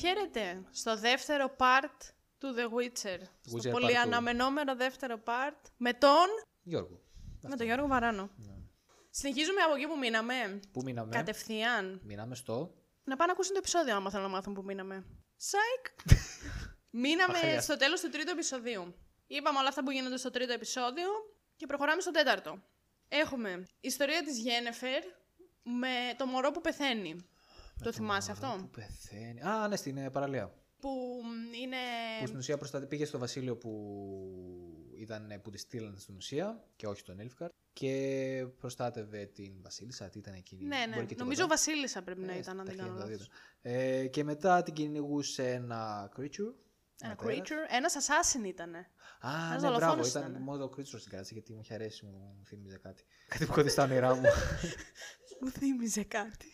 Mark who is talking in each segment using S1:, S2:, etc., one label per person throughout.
S1: περιμένετε στο δεύτερο part του The Witcher. στο
S2: Witcher Part
S1: πολύ
S2: two.
S1: αναμενόμενο δεύτερο part με τον,
S2: Γιώργο.
S1: με τον Γιώργο Βαράνο.
S2: Ναι.
S1: Συνεχίζουμε από εκεί που μείναμε.
S2: Πού μείναμε.
S1: Κατευθείαν.
S2: Μείναμε στο.
S1: Να πάνε να ακούσουν το επεισόδιο άμα θέλουν να μάθουν που μείναμε. Σάικ! μείναμε
S2: Αχαλιά.
S1: στο τέλος του τρίτου επεισοδίου. Είπαμε όλα αυτά που γίνονται στο τρίτο επεισόδιο και προχωράμε στο τέταρτο. Έχουμε ιστορία της Γένεφερ με το μωρό που πεθαίνει. το θυμάσαι
S2: μωρό
S1: αυτό.
S2: Που πεθαίνει. Α, ναι, στην ε, παραλία.
S1: Που Ε, μ, είναι...
S2: Που στην ουσία προστα... πήγε στο βασίλειο που, ήταν, ε, που τη στείλανε στην ουσία και όχι στον Ελφκαρτ και προστάτευε την Βασίλισσα, τι ήταν εκείνη.
S1: Ναι,
S2: μπορεί
S1: ναι.
S2: και τίποτα.
S1: Νομίζω Βασίλισσα πρέπει να
S2: Ε,
S1: ήταν, αν
S2: τα
S1: δεν κάνω λάθος.
S2: 1902. Ε, και μετά την κυνηγούσε ένα creature.
S1: Ένα
S2: τέρας.
S1: creature, ένας assassin ήτανε.
S2: Α,
S1: Ένας
S2: ναι, μπράβο,
S1: δολοφόνος
S2: ήταν
S1: ήταν.
S2: μόνο το creature στην κράτηση γιατί μου είχε αρέσει, μου θύμιζε κάτι. Κάτι που κοντά στα όνειρά μου.
S1: Μου θύμιζε κάτι.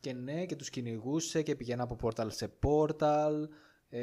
S2: και ναι, και τους κυνηγούσε και πηγαίνει από πόρταλ σε πόρταλ. Ε,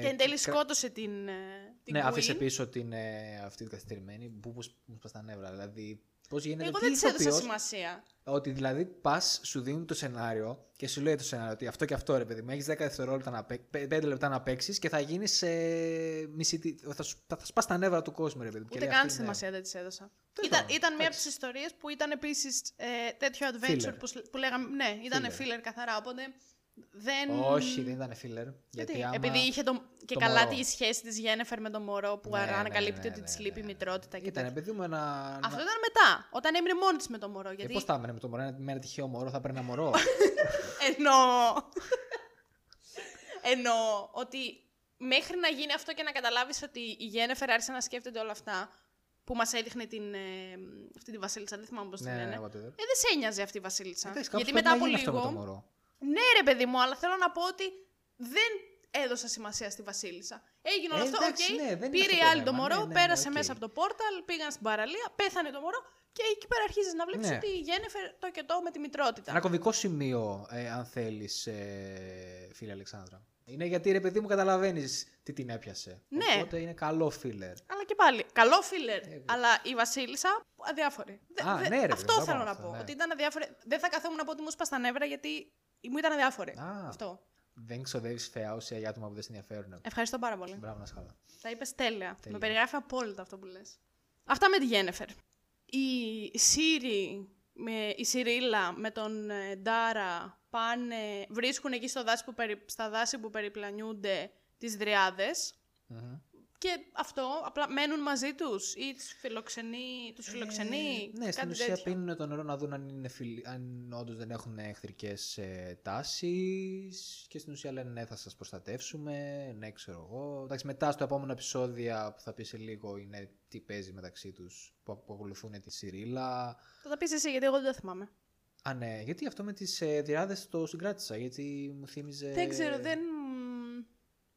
S1: και εν τέλει
S2: κρα-
S1: σκότωσε την, ε, την
S2: ναι,
S1: queen.
S2: άφησε πίσω την, ε, αυτή την καθυστερημένη που πως- μου σπάς τα νεύρα. Δηλαδή, πώς γίνεται.
S1: Εγώ
S2: τι
S1: δεν της έδωσα
S2: ηθοποιός-
S1: σημασία.
S2: Ότι δηλαδή πας, σου δίνουν το σενάριο και σου λέει το σενάριο ότι αυτό και αυτό ρε παιδί μου. Έχεις 10 δευτερόλεπτα να παί... 5 λεπτά να παίξεις και θα γίνεις. Ε, μισητή- θα, σου- θα, θα σπάς τα νεύρα του κόσμου, ρε παιδί μου. Και
S1: Ούτε
S2: λέει
S1: καν
S2: αυτή, ναι.
S1: σημασία δεν της έδωσα.
S2: Τέλος
S1: Ήταν,
S2: πάντων,
S1: ήταν μία από
S2: εντάξει.
S1: τι ιστορίες που ήταν επίσης ε, τέτοιο adventure
S2: Filler.
S1: που, σ- που λέγαμε. Ναι, ήταν
S2: Filler.
S1: filler καθαρά. Οπότε δεν.
S2: Όχι, δεν ήταν φίλερ. Γιατί,
S1: Γιατί,
S2: άμα...
S1: Επειδή είχε το, και
S2: το
S1: καλά
S2: μωρό. Ναι,
S1: τη σχέση της Γένεφερ με τον Μωρό που άρα ανακαλύπτει ότι τη λείπει η μητρότητα και
S2: Ήταν
S1: τέτοια.
S2: ναι, παιδί μου ένα.
S1: Αυτό ήταν μετά, όταν έμεινε μόνη της με τον Μωρό.
S2: Και
S1: Γιατί
S2: πώς Ε, θα έμενε με το μωρό, ένα- με ένα τυχαίο μωρό, θα παίρνει ένα μωρό.
S1: Εννοώ. Εννοώ ότι μέχρι να γίνει αυτό και να καταλάβεις ότι η Γένεφερ άρχισε να σκέφτεται όλα αυτά που μας έδειχνε την, ε, αυτή τη βασίλισσα, δεν θυμάμαι πώς την
S2: ναι, ναι,
S1: λένε.
S2: ναι,
S1: Ε,
S2: whatever.
S1: δεν σε ένοιαζε αυτή η βασίλισσα.
S2: Εντάξει, κάπως
S1: Γιατί
S2: πρέπει
S1: μετά
S2: να
S1: από
S2: γίνει αυτό με
S1: λίγο.
S2: το μωρό.
S1: Ναι, ρε παιδί μου, αλλά θέλω να πω ότι δεν έδωσα σημασία στη Βασίλισσα. Έγινε όλο
S2: Ε,
S1: αυτό,
S2: εντάξει,
S1: οκ,
S2: ναι, δεν είναι
S1: πήρε
S2: αυτό
S1: η
S2: το
S1: άλλη το
S2: θέμα,
S1: μωρό,
S2: ναι, ναι,
S1: πέρασε
S2: ναι,
S1: μέσα
S2: οκ.
S1: από το πόρταλ, πήγαν στην παραλία, πέθανε το μωρό και εκεί πέρα αρχίζεις να βλέπεις
S2: Ναι.
S1: ότι η Γένεφερ το και το με τη μητρότητα.
S2: Ένα κομβικό σημείο, ε, αν θέλεις, ε, φίλε Αλεξάνδρα. Είναι γιατί ρε παιδί μου καταλαβαίνεις τι την έπιασε.
S1: Ναι.
S2: Οπότε είναι καλό φίλερ.
S1: Αλλά και πάλι, καλό φίλερ.
S2: Ε,
S1: αλλά η Βασίλισσα αδιάφορη. Δε-
S2: Α,
S1: δε-
S2: ναι, ρε,
S1: αυτό
S2: βέβαια,
S1: θέλω να
S2: αυτό,
S1: πω.
S2: ναι.
S1: Ότι ήταν αδιάφορη. Δεν θα καθόμουν να πω ότι μου σπα τα νεύρα γιατί μου ήταν αδιάφορη.
S2: Α.
S1: Ε, Αυτό. Ε,
S2: Δεν ξοδεύεις φαιάωση για άτομα που δεν σε ενδιαφέρουν.
S1: Ευχαριστώ πάρα πολύ.
S2: Μπράβο να σχαλά.
S1: Τα είπες τέλεια.
S2: Τέλεια.
S1: Με περιγράφει απόλυτα αυτό που λες. Αυτά με τη Γένεφερ. Η Σύρι, με, η Σιρίλα με τον ε, Ντάρα πάνε, βρίσκουν εκεί στο δάση που περι- στα δάση που περιπλανιούνται τις δριάδες και αυτό, απλά μένουν μαζί τους ή τους φιλοξενεί, τους φιλοξενεί
S2: Ε, ναι, στην
S1: κάτι
S2: ουσία
S1: τέτοιο.
S2: πίνουν το νερό να δουν αν, είναι φιλ... αν όντως δεν έχουν εχθρικές ε, τάσεις. Και στην ουσία λένε ναι, θα σας προστατεύσουμε. Ναι, ξέρω εγώ. Εντάξει, μετά στο επόμενο επεισόδιο που θα πεις σε λίγο είναι τι παίζει μεταξύ τους που ακολουθούν τη Σιρίλα.
S1: Θα τα πεις εσύ, γιατί εγώ δεν τα θυμάμαι.
S2: Α, ναι, γιατί αυτό με τις ε, διάδες το συγκράτησα, γιατί μου θύμιζε.
S1: Δεν ξέρω, δεν...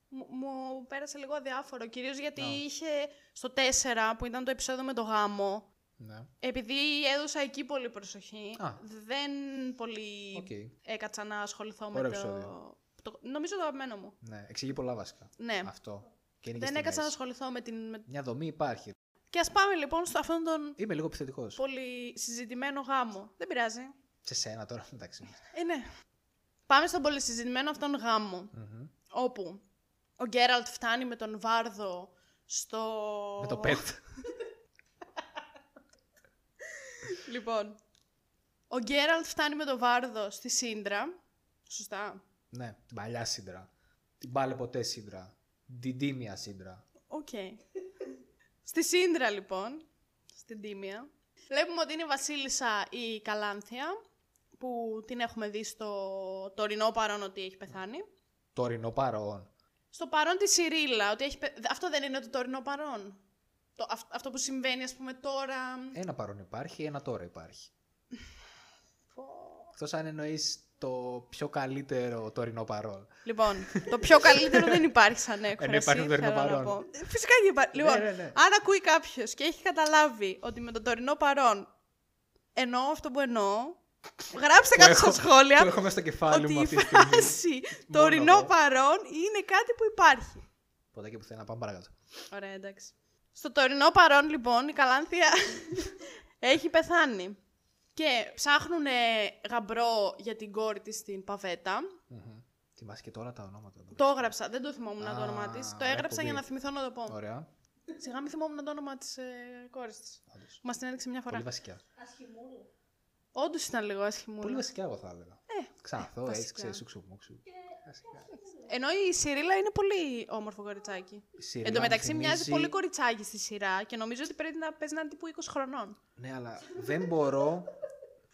S1: Μου, μου πέρασε λίγο αδιάφορο, κυρίως γιατί
S2: Να.
S1: είχε στο 4, που ήταν το επεισόδιο με το γάμο,
S2: Ναι.
S1: επειδή έδωσα εκεί πολύ προσοχή,
S2: Α.
S1: δεν πολύ
S2: Οκ.
S1: έκατσα να ασχοληθώ
S2: Ωραίο
S1: με το...
S2: επεισόδιο.
S1: το... Νομίζω το αγαπημένο μου.
S2: ναι. Εξηγεί πολλά βασικά.
S1: Ναι.
S2: Αυτό. Και είναι και
S1: δεν
S2: στη
S1: έκατσα να
S2: μέση.
S1: ασχοληθώ με την... με-
S2: Μια δομή υπάρχει.
S1: Και ας πάμε λοιπόν στο αυτόν τον
S2: Είμαι λίγο επιθετικός.
S1: πολύ συζητημένο γάμο. Δεν πειράζει.
S2: Σε σένα τώρα, εντάξει.
S1: Ε, ναι. Πάμε στον πολυσυζητημένο αυτόν γάμο,
S2: Μμμ.
S1: όπου ο Γκέραλτ φτάνει με τον Βάρδο στο...
S2: Με το pet.
S1: Λοιπόν, ο Γκέραλτ φτάνει με τον Βάρδο στη Σύντρα, σωστά.
S2: ναι, την παλιά σύντρα. Την πάλε ποτέ σύντρα. Την τίμια σύντρα.
S1: Οκ. στη Σύντρα, λοιπόν, στην Τίμια, βλέπουμε ότι είναι η βασίλισσα η Καλάνθια, που την έχουμε δει στο τωρινό παρόν ότι έχει πεθάνει.
S2: Τωρινό παρόν.
S1: στο παρόν τη Σιρίλα. Ότι έχει... πε- Αυτό δεν είναι το τωρινό παρόν. Το, αυ- αυτό που συμβαίνει, ας πούμε, τώρα.
S2: Ένα παρόν υπάρχει, ένα τώρα υπάρχει.
S1: Πω.
S2: Εκτός αν εννοείς το πιο καλύτερο τωρινό παρόν.
S1: Λοιπόν, το πιο καλύτερο δεν υπάρχει σαν έκφραση.
S2: Ε, ναι, υπάρχει το τωρινό
S1: θέλω να
S2: παρόν.
S1: πω. Ε, Φυσικά και υπάρχει.
S2: Ναι,
S1: Λοιπόν,
S2: ναι, ναι.
S1: αν ακούει κάποιος και έχει καταλάβει ότι με το τωρινό παρόν εννοώ αυτό που εννοώ, γράψτε
S2: Το
S1: κάτω
S2: έχω-
S1: στα σχόλια
S2: Το έχω μέσα στο κεφάλι
S1: ότι
S2: μου
S1: η
S2: αυτή τη στιγμή.
S1: φράση τωρινό
S2: εγώ.
S1: παρόν είναι κάτι που υπάρχει.
S2: Ποτέ και πουθενά, πάμε παρακάτω.
S1: Ωραία, εντάξει. Στο τωρινό παρόν, λοιπόν, η Καλάνθια έχει πεθάνει. Και ψάχνουν γαμπρό για την κόρη της στην Παβέτα.
S2: Μμμ. Θυμάσαι και τώρα τα ονόματα.
S1: Το έγραψα, δεν το θυμόμουν
S2: Α,
S1: το όνομά της. Το
S2: ρε,
S1: έγραψα για
S2: πολύ.
S1: να θυμηθώ να το πω.
S2: Ωραία.
S1: Σιγά μην θυμόμουν το όνομα της ε, κόρης της.
S2: Όντως.
S1: Μας την έδειξε μια φορά.
S2: Πολύ βασικά.
S3: Ασχημούλου.
S1: Όντως ήταν λίγο ναι. ασχημούλα.
S2: Πολύ βασικά, εγώ θα έλεγα.
S1: Ε,
S2: Ξανθώ,
S1: βασικά. Ε,
S2: έτσι ξέρεις, σουξουμούξου.
S3: Και
S2: Βασικά.
S1: Ενώ η Σιρίλα είναι πολύ όμορφο κοριτσάκι.
S2: Η Σιρίλα
S1: Εν τω
S2: μου
S1: μεταξύ μοιάζει
S2: θυμίζει-
S1: πολύ κοριτσάκι στη σειρά και νομίζω ότι πρέπει να παίζει να είναι τύπου 20 χρονών.
S2: Ναι, αλλά δεν μπορώ,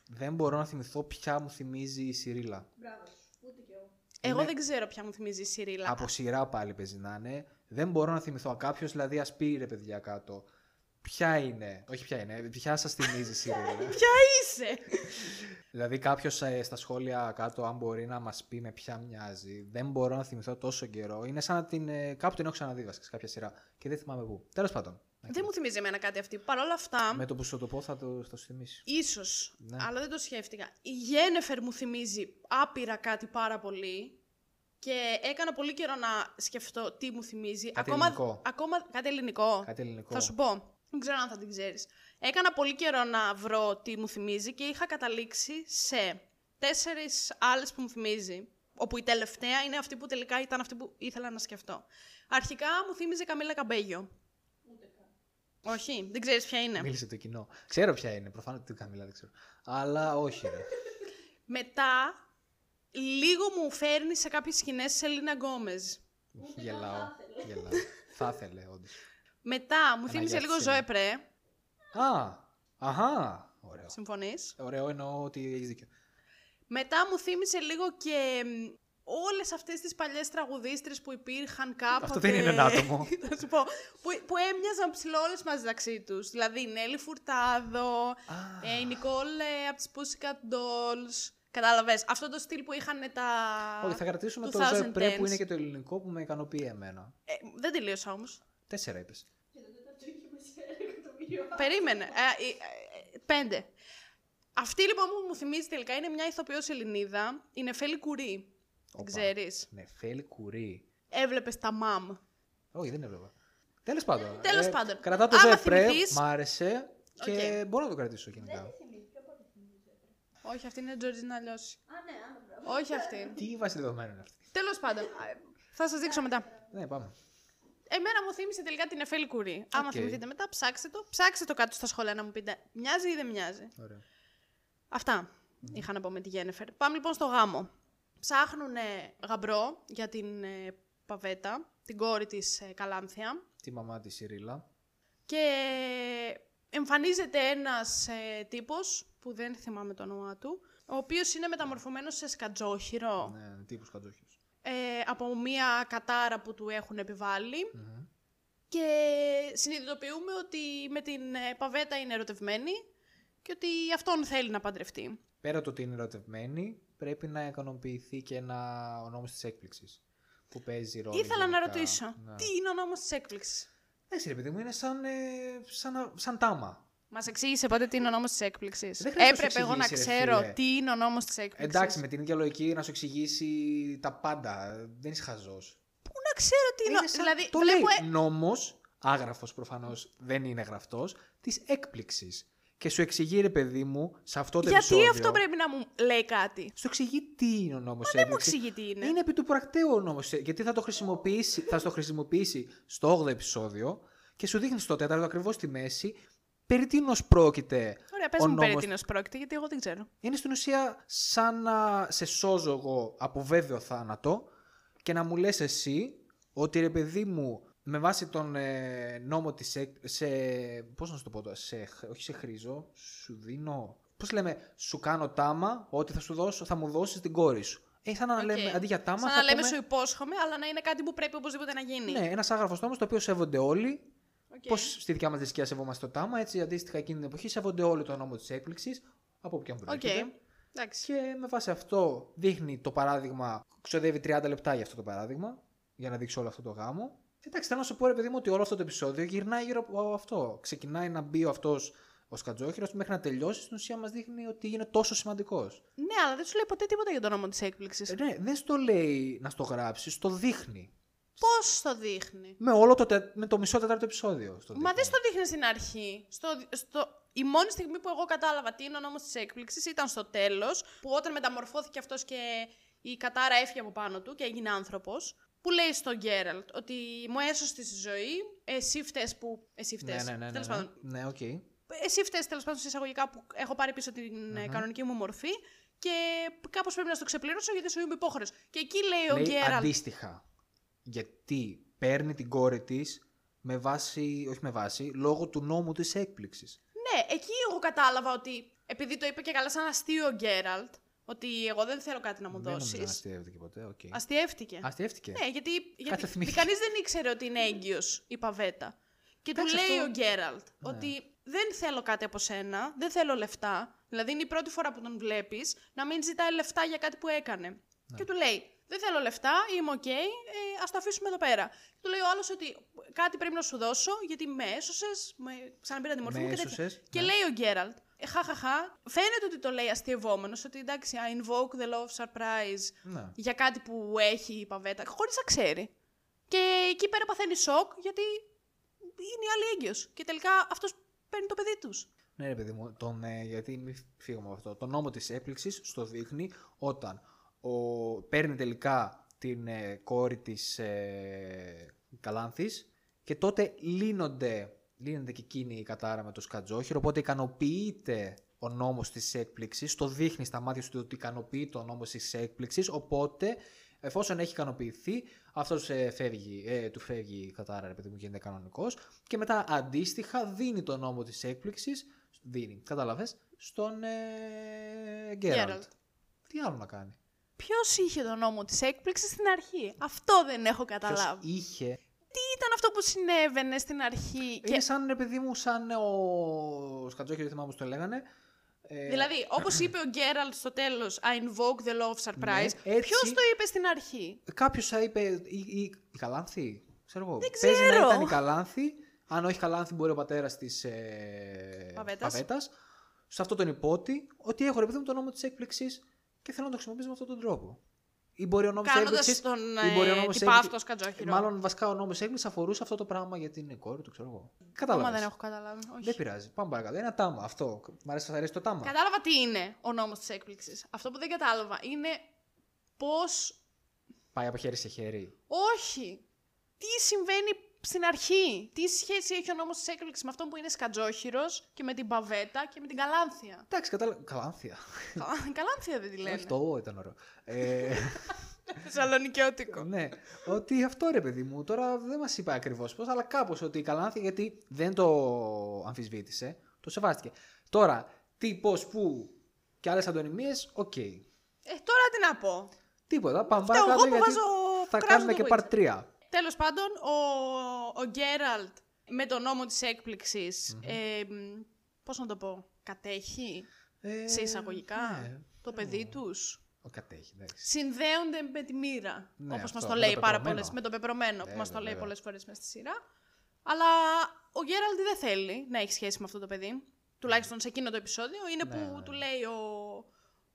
S2: δεν μπορώ να θυμηθώ ποια μου θυμίζει η Σιρίλα.
S3: μπράβο σου. Ούτε κι εγώ.
S1: Εγώ
S2: Είναι-
S1: δεν ξέρω ποια μου θυμίζει η Σιρίλα.
S2: Από σειρά πάλι παίζει να είναι. Δεν μπορώ να θυμηθώ. Κάποιος δηλαδή ας πει ρε παιδιά κάτω. Ποια είναι, όχι ποια είναι, ποια σας θυμίζει η Σιρίλα.
S1: Είσαι!
S2: δηλαδή κάποιος στα σχόλια κάτω, αν μπορεί να μας πει με ποια μοιάζει. Δεν μπορώ να θυμηθώ τόσο καιρό. Είναι σαν να την. ε, κάπου την έχω ξαναδεί βασικά σε κάποια σειρά και δεν θυμάμαι πού. Τέλος πάντων.
S1: δεν μου θυμίζει εμένα κάτι αυτή. Παρ' όλα αυτά,
S2: Με το που σου το πω θα το, θα το σου θυμίσει.
S1: ίσως,
S2: Ναι.
S1: αλλά δεν το σκέφτηκα. Η Γένεφερ μου θυμίζει άπειρα κάτι πάρα πολύ και έκανα πολύ καιρό να σκεφτώ τι μου θυμίζει.
S2: Κάτι
S1: ακόμα,
S2: ελληνικό.
S1: ακόμα κάτι ελληνικό.
S2: Κάτι ελληνικό.
S1: Θα σου πω. Δεν ξέρω αν θα την ξέρεις. Έκανα πολύ καιρό να βρω τι μου θυμίζει και είχα καταλήξει σε τέσσερις άλλες που μου θυμίζει. Όπου η τελευταία είναι αυτή που τελικά ήταν αυτή που ήθελα να σκεφτώ. Αρχικά μου θύμιζε Καμίλα Καμπέγιο.
S3: Ούτε καν.
S1: Όχι, δεν ξέρεις ποια είναι.
S2: Μίλησε το κοινό. Ξέρω ποια είναι, προφανώς την Καμίλα δεν ξέρω. Αλλά όχι. Ρε.
S1: Μετά, λίγο μου φέρνει σε κάποιες σκηνές σε Σελίνα Γκόμες.
S3: Ούτε
S2: Γελάω.
S3: καν θα ήθελα.
S2: Γελάω. θα ήθελε, όντως.
S1: Μετά, μου θύμιζε
S2: Παναγιά
S1: λίγο
S2: της
S1: Ζωέ
S2: Σελίνα.
S1: Πρέ.
S2: Α! Αχά! Ωραίο.
S1: Συμφωνείς.
S2: Ωραίο εννοώ ότι έχεις δίκιο.
S1: Μετά μου θύμισε λίγο και μ, όλες αυτές τις παλιές τραγουδίστρες που υπήρχαν κάποτε.
S2: Αυτό δεν είναι ένα άτομο.
S1: θα σου πω. Που, που έμοιαζαν ψηλό όλες μαζί μεταξύ τους. Δηλαδή η Νέλη Φουρτάδο, ε, η Νικόλ ε, από τις Pussycat Dolls. Κατάλαβες, αυτό το στυλ που είχαν τα...
S2: Όχι, θα κρατήσουμε το
S1: 2010s.
S2: Ζωέ Πρέ που είναι και το ελληνικό που με ικανοποιεί εμένα.
S1: Ε, δεν τελείωσα όμως.
S2: Τέσσερα είπες.
S3: Και το τέταρτο είχε μέσα ένα εκατομμύριο.
S1: Περίμενε. Ε, ε, ε, πέντε. Αυτή λοιπόν που μου θυμίζει τελικά είναι μια ηθοποιός Ελληνίδα. Η Νεφέλη Κουρί. Την ξέρεις.
S2: Νεφέλ Ναι, Κουρί.
S1: Έβλεπες τα μαμ.
S2: Όχι, δεν έβλεπα. Τέλος πάντων. ε,
S1: Τέλος πάντων.
S2: Κρατάω το
S1: Άμα
S2: Ζωέ Πρέ,
S1: θυμηθείς-
S2: μ' άρεσε και
S1: Οκ.
S2: μπορώ να το κρατήσω γενικά.
S3: Δεν θυμίζει. Ποιο από τη θυμίζει. έπρεπε.
S1: Όχι, αυτή είναι Τζορτζίνα Λιώση.
S3: Α, ναι, άλλο μπράβο.
S1: Όχι αυτή.
S2: Τι βάση δεδομένων είναι αυτή.
S1: Τέλος πάντων. ε, Θα σας δείξω μετά.
S2: Ναι, πάμε.
S1: Εμένα μου θύμισε τελικά την Εφέλη Κουρί. Άμα
S2: Οκ.
S1: θυμηθείτε μετά, ψάξτε το. Ψάξτε το κάτω στα σχόλια να μου πείτε. Μοιάζει ή δεν μοιάζει.
S2: Ωραίο.
S1: Αυτά είχα να πω με τη Γένεφερ. Πάμε λοιπόν στο γάμο. Ψάχνουν γαμπρό για την ε, Παβέτα, την κόρη της ε, Καλάνθια.
S2: Τη μαμά της Σιρίλα.
S1: Και εμφανίζεται ένας ε, τύπος, που δεν θυμάμαι το όνομά του, ο οποίος είναι μεταμορφωμένος σε σκατζόχυρο
S2: Ναι, τύπου κατζόχιο.
S1: ε, από μία κατάρα που του έχουν επιβάλει. Και συνειδητοποιούμε ότι με την ε, Παβέτα είναι ερωτευμένη και ότι αυτόν θέλει να παντρευτεί.
S2: πέρα το ότι είναι ερωτευμένη, πρέπει να ικανοποιηθεί και ένα, ο νόμος της έκπληξης που παίζει ρόλο.
S1: Ήθελα να
S2: γενικά.
S1: ρωτήσω,
S2: Ναι.
S1: τι είναι ο νόμος της έκπληξης.
S2: Εντάξει ρε παιδί μου, είναι σαν, ε, σαν, να- σαν τάμα.
S1: Μας εξήγησε ποτέ τι είναι ο νόμος της έκπληξης.
S2: Δεν χρειάζεται να
S1: Έπρεπε
S2: σου
S1: εγώ να
S2: εξηγήσει, ρε
S1: ξέρω
S2: φίλε.
S1: τι είναι ο νόμος της έκπληξης.
S2: Εντάξει, με την ίδια λογική να σου εξηγήσει τα πάντα. Δεν είσαι χαζός.
S1: Πού να ξέρω τι είναι. ο-
S2: Είναι σαν-
S1: Δηλαδή,
S2: το
S1: βλέπω
S2: λέει νόμος, άγραφος προφανώς δεν είναι γραφτός, της έκπληξης. Και σου εξηγεί ρε παιδί μου, σε αυτό το
S1: Γιατί
S2: επεισόδιο,
S1: αυτό πρέπει να μου λέει κάτι.
S2: σου εξηγεί τι είναι ο νόμος της
S1: Δεν μου
S2: έκπληξης.
S1: εξηγεί τι είναι.
S2: Είναι επί του πρακτέου ο νόμος. Ε, Γιατί θα το χρησιμοποιήσει, θα το χρησιμοποιήσει στο 8ο επεισόδιο και σου δείχνει στο 4ο ακριβώ στη μέση περί τίνος πρόκειται.
S1: Ωραία, πες
S2: ο
S1: μου περί
S2: νόμος-
S1: τίνος πρόκειται, γιατί εγώ δεν ξέρω.
S2: Είναι στην ουσία σαν να σε σώζω εγώ από βέβαιο θάνατο και να μου λες εσύ ότι ρε παιδί μου με βάση τον ε, νόμο της έκ- σε, πώς να σου το πω τώρα, σε, χ- όχι σε χρήζω, σου δίνω, πώς λέμε, σου κάνω τάμα ότι θα, σου δώσω, θα μου δώσεις την κόρη σου. Ε, σαν να
S1: Οκ.
S2: λέμε, αντί για τάμα,
S1: Σαν
S2: θα
S1: να λέμε
S2: πούμε-
S1: σου υπόσχομαι, αλλά να είναι κάτι που πρέπει οπωσδήποτε να γίνει.
S2: Ναι, ένας άγραφος νόμος το οποίο σέβονται όλοι.
S1: Οκ.
S2: Okay. Πώς στη δικιά μας θρησκεία σεβόμαστε το τάμα, έτσι αντίστοιχα εκείνη την εποχή σέβονται όλοι τον νόμο της έκπληξης, από όποια
S1: Οκ.
S2: προέρχεται.
S1: Εντάξει.
S2: Και με βάση αυτό δείχνει το παράδειγμα, ξοδεύει 30 λεπτά για αυτό το παράδειγμα, για να δείξει όλο αυτό το γάμο. Εντάξει, θέλω να σου πω ρε παιδί μου ότι όλο αυτό το επεισόδιο γυρνάει γύρω από αυτό. Ξεκινάει να μπει ο αυτός ο Σκατζόχυρος μέχρι να τελειώσει. Στην ουσία μας δείχνει ότι είναι τόσο σημαντικός.
S1: Ναι, αλλά δεν σου λέει ποτέ τίποτα για τον νόμο της έκπληξης.
S2: Ε, ναι, δεν στο λέει να στο γράψει, το δείχνει.
S1: Πώς το δείχνει.
S2: Με, όλο το, τε- με το μισό τετάρτο επεισόδιο. στο
S1: Μα
S2: δείχνει.
S1: δεν στο δείχνει στην αρχή. Στο, στο... Η μόνη στιγμή που εγώ κατάλαβα τι είναι ο νόμος της έκπληξης ήταν στο τέλος, που όταν μεταμορφώθηκε αυτός και η κατάρα έφυγε από πάνω του και έγινε άνθρωπος, που λέει στον Γκέραλτ ότι μου έσωσε τη ζωή, εσύ φταίς που... Εσύ
S2: Ναι,
S1: φταίς.
S2: ναι, ναι.
S1: Τέλος
S2: ναι, ναι.
S1: πάντων,
S2: Ναι, οκ.
S1: εσύ φταίς τέλος πάντων σε εισαγωγικά που έχω πάρει πίσω την ε,
S2: Μμμ.
S1: κανονική μου μορφή και κάπως πρέπει να στο ξεπληρώσω γιατί σου είμαι υπόχρεος. Και εκεί λέει, ο
S2: Λέει
S1: Γκέραλτ...
S2: αντίστοιχα. Γιατί παίρνει την κόρη της με βάση, όχι με βάση, λόγω του νόμου της έκπληξης.
S1: Ναι, εκεί εγώ κατάλαβα ότι επειδή το είπε και καλά σαν αστείο ο Γκέραλτ, ότι εγώ δεν θέλω κάτι να μου δώσει.
S2: Δεν αστείευεται ποτέ, οκ.
S1: Αστείευτηκε.
S2: Αστείευτηκε.
S1: Ναι, γιατί, γιατί
S2: θυμήθηκε.
S1: κανείς δεν ήξερε ότι είναι έγκυος η παβέτα. Και του
S2: Εντάξει,
S1: λέει
S2: αυτό-
S1: ο Γκέραλτ
S2: Ναι.
S1: ότι δεν θέλω κάτι από σένα, δεν θέλω λεφτά. Δηλαδή είναι η πρώτη φορά που τον βλέπεις να μην ζητάει λεφτά για κάτι που έκανε.
S2: Ναι.
S1: Και του λέει: Δεν θέλω λεφτά, είμαι οκ, ε, ας το αφήσουμε εδώ πέρα. Και του λέει ο άλλος ότι κάτι πρέπει να σου δώσω γιατί με έσωσες, με... ξαναπήρα τη μορφή
S2: Με
S1: μου και τέτοια.
S2: έσωσες,
S1: Και
S2: ναι.
S1: λέει ο Γκέραλτ, «Ε, χαχαχά, φαίνεται ότι το λέει αστειευόμενος, ότι εντάξει, I invoke the law of surprise
S2: Ναι.
S1: για κάτι που έχει η παβέτα, χωρίς να ξέρει. Και εκεί πέρα παθαίνει σοκ, γιατί είναι η άλλη έγκυος. Και τελικά αυτός παίρνει το παιδί τους.
S2: Ναι, ρε παιδί μου, τον, ε, γιατί μην φύγουμε από αυτό. Το νόμο της έκπληξη στο δείχνει όταν ο, παίρνει τελικά την ε, κόρη της ε, Καλάνθης και τότε λύνονται, λύνεται και εκείνη η κατάρα με το σκατζόχυρο. Οπότε ικανοποιείται ο νόμος της έκπληξης, το δείχνει στα μάτια του ότι ικανοποιείται ο νόμος της έκπληξης, οπότε εφόσον έχει ικανοποιηθεί, αυτός ε, φεύγει, ε, του φεύγει η κατάρα, ρε παιδί μου, γίνεται κανονικός και μετά αντίστοιχα δίνει τον νόμο της έκπληξης, δίνει, κατάλαβες, στον ε, Γκέραλτ.
S1: Geralt.
S2: Τι άλλο να κάνει.
S1: Ποιος είχε τον νόμο της έκπληξης στην αρχή. Αυτό δεν έχω
S2: Ποιος
S1: καταλάβει.
S2: είχε.
S1: Τι ήταν αυτό που συνέβαινε στην αρχή.
S2: Είναι
S1: Και...
S2: σαν, ρε παιδί μου, σαν ο Σκατζόχυρο, θυμάμαι πώς το λέγανε. Ε,
S1: Δηλαδή, όπως είπε ο Γκέραλτ στο τέλος, I invoke the law of surprise.
S2: Ναι, έτσι.
S1: Ποιος το είπε στην αρχή.
S2: Κάποιος θα είπε. Η, η, η Καλάνθη. Ξέρω εγώ. Δεν Παίζει
S1: ξέρω.
S2: να ήταν η Καλάνθη. Αν όχι Καλάνθη, μπορεί ο πατέρας της. Ε,
S1: Παβέτας.
S2: Παβέτας, Σε αυτό τον υπότι, ότι έχω ρε παιδί μου τον νόμο της έκπληξης και θέλω να το χρησιμοποιήσω με αυτόν τον τρόπο. Ή μπορεί ο νόμος
S1: Κάνοντας
S2: έκπληξη.
S1: τον
S2: ή μπορεί ο
S1: ε,
S2: νόμος
S1: τυπά
S2: έκπληξη-
S1: αυτό σκατζόχυρο.
S2: Μάλλον βασικά ο νόμος έκπληξη αφορούσε αυτό το πράγμα γιατί είναι η κόρη του, ξέρω εγώ.
S1: Ακόμα
S2: Κατάλαβα.
S1: δεν έχω καταλάβει. όχι.
S2: Δεν πειράζει. Πάμε παρακάτω. Ένα τάμα αυτό. Μ' αρέσει, θα αρέσει το τάμα.
S1: Κατάλαβα τι είναι ο νόμος της έκπληξης. Αυτό που δεν κατάλαβα είναι πώς...
S2: Πάει από χέρι σε χέρι.
S1: Όχι! Τι συμβαίνει στην αρχή. Τι σχέση έχει ο νόμος της έκπληξης με αυτόν που είναι σκατζόχυρος και με την παβέτα και με την καλάνθια.
S2: Εντάξει, κατάλαβα. Καλάνθια.
S1: Κα- καλάνθια δεν τη λένε.
S2: Όχι, το «ο» ήταν ωραίο. Ε,
S1: Θεσσαλονικιώτικο.
S2: Ναι, ότι αυτό ρε παιδί μου, τώρα δεν μας είπε ακριβώς πώς, αλλά κάπως ότι η Καλάνθη γιατί δεν το αμφισβήτησε, το σεβάστηκε. Τώρα, τι, πώς, πού και άλλες αντωνυμίες, οκ.
S1: Ε, τώρα τι να πω.
S2: Τίποτα, πάμε
S1: Φταίω εγώ
S2: παρακάτω
S1: που
S2: γιατί
S1: βάζω
S2: θα
S1: κράζο
S2: κάνουμε
S1: το
S2: και
S1: Witcher.
S2: part 3.
S1: Τέλος πάντων, ο, ο Γκέραλτ με τον νόμο της εκπληξης ε, μ, πώς να το πω, κατέχει
S2: Ε,
S1: σε εισαγωγικά
S2: ναι.
S1: το παιδί
S2: Ω,
S1: τους.
S2: Ο κατέχει, εντάξει.
S1: συνδέονται με τη μοίρα.
S2: Ναι,
S1: όπως
S2: αυτό,
S1: μας το
S2: με το
S1: λέει πάρα
S2: πεπρωμένο.
S1: πολλές, με το πεπρωμένο που
S2: Βέβαια,
S1: μας το λέει
S2: βέβαια.
S1: πολλές φορές μέσα στη σειρά. Αλλά ο Γκέραλτ δεν θέλει να έχει σχέση με αυτό το παιδί. Τουλάχιστον σε εκείνο το επεισόδιο. Είναι
S2: Ναι,
S1: που
S2: ναι.
S1: του λέει ο,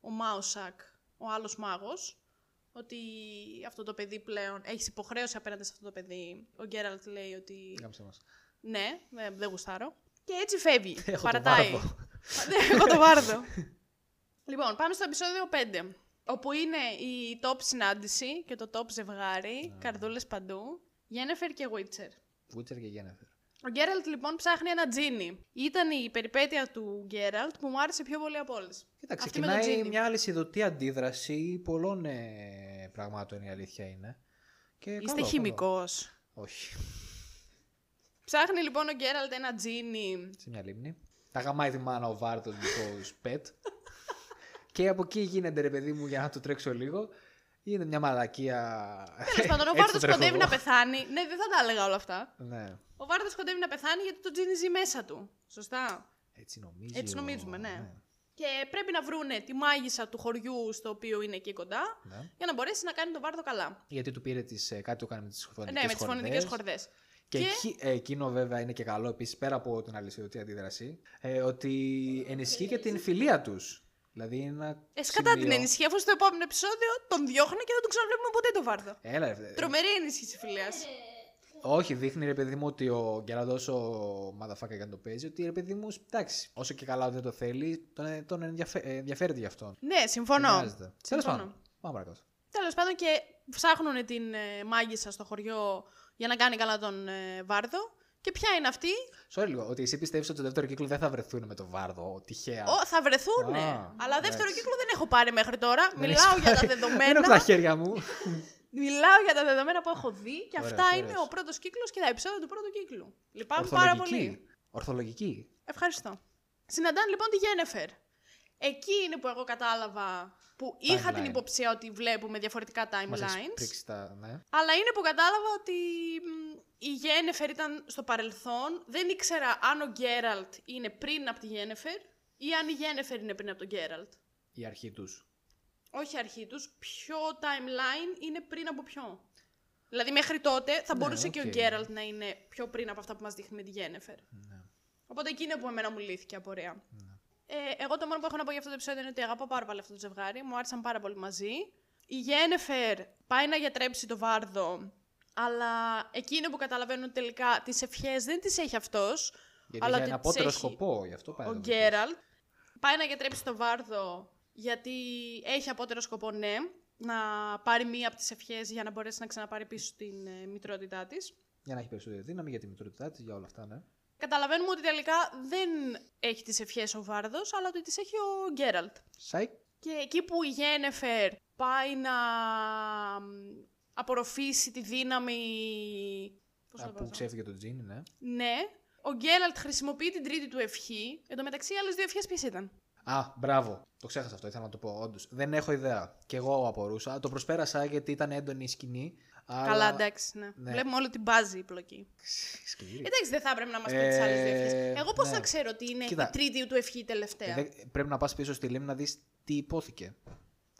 S1: ο Μάουσακ, ο άλλος μάγος, ότι αυτό το παιδί πλέον έχεις υποχρέωση απέναντι σε αυτό το παιδί. Ο Γκέραλτ λέει ότι
S2: Γάμισε μας.
S1: ναι, δεν δεν γουστάρω. Και έτσι φεύγει.
S2: Έχω
S1: Παρατάει.
S2: το βάρδο.
S1: Ναι, εγώ το βάρδο. λοιπόν, πάμε στο επεισόδιο 5. Όπου είναι η top συνάντηση και το top ζευγάρι,
S2: Α.
S1: καρδούλες παντού, Γένεφερ και Witcher.
S2: Βούτσερ και Γένεφερ.
S1: Ο Γκέραλτ λοιπόν ψάχνει ένα τζίνι. Ήταν η περιπέτεια του Γκέραλτ που μου άρεσε πιο πολύ από όλες.
S2: Κοίτα,
S1: Αυτή με το
S2: ξεκινάει
S1: τζίνι.
S2: μια αλυσιδωτή αντίδραση πολλών ε, πραγμάτων, η αλήθεια είναι. Και Ε, καλό,
S1: Είστε
S2: καλό.
S1: χημικός.
S2: Όχι.
S1: Ψάχνει λοιπόν ο Γκέραλτ ένα τζίνι.
S2: σε μια λίμνη. Τα γαμάει τη μάνα ο Βάρτος because pet. και από εκεί γίνεται ρε παιδί μου για να το τρέξω λίγο. Είναι μια μαλακία.
S1: Τέλος πάντων, ο
S2: Ε, Έτσι το
S1: Βάρδο
S2: τρέχω
S1: κοντεύει
S2: εγώ.
S1: να πεθάνει. Ναι, δεν θα τα έλεγα όλα αυτά.
S2: Ναι.
S1: Ο Βάρδος κοντεύει να πεθάνει γιατί το τζίνι ζει μέσα του. Σωστά.
S2: Έτσι νομίζει.
S1: Έτσι
S2: ο-
S1: νομίζουμε, ναι. Και πρέπει να βρούνε τη μάγισσα του χωριού στο οποίο είναι εκεί κοντά,
S2: ναι.
S1: για να μπορέσει να κάνει τον βάρδο καλά.
S2: Γιατί του πήρε τις, ε, κάτι το κάνει με τις φωνητικές
S1: ναι, με τις φωνητικές χορδές.
S2: Και,
S1: Και-
S2: εκεί- ε, εκείνο βέβαια είναι και καλό επίσης πέρα από την αλυσιδωτή αντίδραση, ε, ότι ενισχύει και την φιλία τους. Δηλαδή είναι ένα
S1: Εσκατά Ε, την
S2: σημείο-
S1: ενισχύει, αφού στο επόμενο επεισόδιο τον διώχνει και δεν τον ξαναβλέπουμε ποτέ τον βάρδο.
S2: Έλα, ρε,
S1: Τρομερή ενίσχυση φιλίας.
S2: Όχι, δείχνει ρε παιδί μου ότι ο Γκεραντό ο Μαδαφάκα για να το παίζει, ότι ρε παιδί μου, εντάξει, όσο και καλά δεν το θέλει, τον, τον ενδιαφέ- ε, ενδιαφέρεται γι' αυτόν.
S1: Ναι, συμφωνώ.
S2: Νοιάζεται. Τέλο πάντων. Πάμε παρακάτω.
S1: Τέλος πάντων και ψάχνουν την ε, μάγισσα στο χωριό για να κάνει καλά τον ε, βάρδο. Και ποια είναι αυτή,
S2: Sorry λίγο, ότι εσύ πιστεύεις ότι στο δεύτερο κύκλο δεν θα βρεθούν με τον Βάρδο, τυχαία.
S1: Ω, θα βρεθούνε.
S2: Α,
S1: Αλλά δεύτερο
S2: εντάξει.
S1: κύκλο δεν έχω πάρει μέχρι τώρα.
S2: Δεν έχεις
S1: Μιλάω για τα
S2: πάρει. Ε, Δεν έχω τα
S1: δεδομένα.
S2: χέρια μου.
S1: Μιλάω για τα δεδομένα που έχω δει και
S2: Ωραίος,
S1: αυτά είναι
S2: ωραίος.
S1: ο πρώτος κύκλος και τα επεισόδια του πρώτου κύκλου. Λυπάμαι πάρα πολύ.
S2: Ορθολογική. Ορθολογική.
S1: Ευχαριστώ. Συναντάνε λοιπόν τη Γένεφερ. Εκεί είναι που εγώ κατάλαβα που είχα την
S2: Timeline.
S1: υποψία ότι βλέπουμε διαφορετικά
S2: Μας έχεις
S1: timelines.
S2: πρίξει τα. Ναι.
S1: Αλλά είναι που κατάλαβα ότι μ, η Γένεφερ ήταν στο παρελθόν. Δεν ήξερα αν ο Γκέραλτ είναι πριν από τη Γένεφερ ή αν η Γένεφερ είναι πριν από τον Γκέραλτ.
S2: Η αρχή τους.
S1: Όχι αρχή τους, ποιο timeline είναι πριν από ποιο. Δηλαδή μέχρι τότε θα
S2: Ναι,
S1: μπορούσε και ο
S2: οκ.
S1: Γκέραλτ να είναι πιο πριν από αυτά που μας δείχνει με τη Γένεφερ.
S2: Ναι.
S1: Οπότε εκεί είναι που εμένα μου λύθηκε η απορία. Ε, εγώ το μόνο που έχω να πω για αυτό το επεισόδιο είναι ότι αγαπάω πάρα πολύ αυτό το ζευγάρι. Μου άρεσαν πάρα πολύ μαζί. Η Γένεφερ πάει να γιατρέψει το βάρδο, αλλά εκείνο που καταλαβαίνω ότι τελικά τις ευχές δεν τις έχει αυτός.
S2: Γιατί
S1: Αλλά ότι
S2: είχε ένα
S1: τις
S2: απότερο
S1: έχει
S2: σκοπό, γι' αυτό πάει.
S1: Ο
S2: να το βρεις.
S1: Γκέραλτ πάει να γιατρέψει το βάρδο γιατί έχει απότερο σκοπό, ναι, να πάρει μία από τις ευχές για να μπορέσει να ξαναπάρει πίσω την ε, μητρότητά της.
S2: Για να έχει περισσότερη δύναμη, για τη μητρότητά της, για όλα αυτά, ναι.
S1: Καταλαβαίνουμε ότι τελικά δεν έχει τις ευχές ο Βάρδος, αλλά ότι τις έχει ο Γκέραλτ.
S2: Σάικ.
S1: Και εκεί που η Γένεφερ πάει να μ, απορροφήσει τη δύναμη... Πώς να το πω
S2: Που
S1: αυτό?
S2: ξέφυγε το Τζίνι, ναι.
S1: Ναι. Ο Γκέραλτ χρησιμοποιεί την τρίτη του ευχή. Εν τω μεταξύ, οι άλλες δύο ευχές ποιες ήταν.
S2: Α, μπράβο. Το ξέχασα αυτό, ήθελα να το πω. Όντως. Δεν έχω ιδέα. Κι εγώ απορούσα. Το προσπέρασα γιατί ήταν έντονη η σκηνή. Αλλά...
S1: Καλά, εντάξει, ναι.
S2: Ναι.
S1: Βλέπουμε όλο την μπάζη η πλοκή.
S2: Σκληρή.
S1: Εντάξει, δεν θα έπρεπε να μας πει τις άλλες δύο
S2: Ε,
S1: ευχέ. Εγώ πώς
S2: ναι.
S1: να ξέρω ότι είναι
S2: Κοίτα.
S1: η τρίτη του ευχή η τελευταία.
S2: Ε, δεν- πρέπει να πας πίσω στη λίμνη να δεις τι υπόθηκε.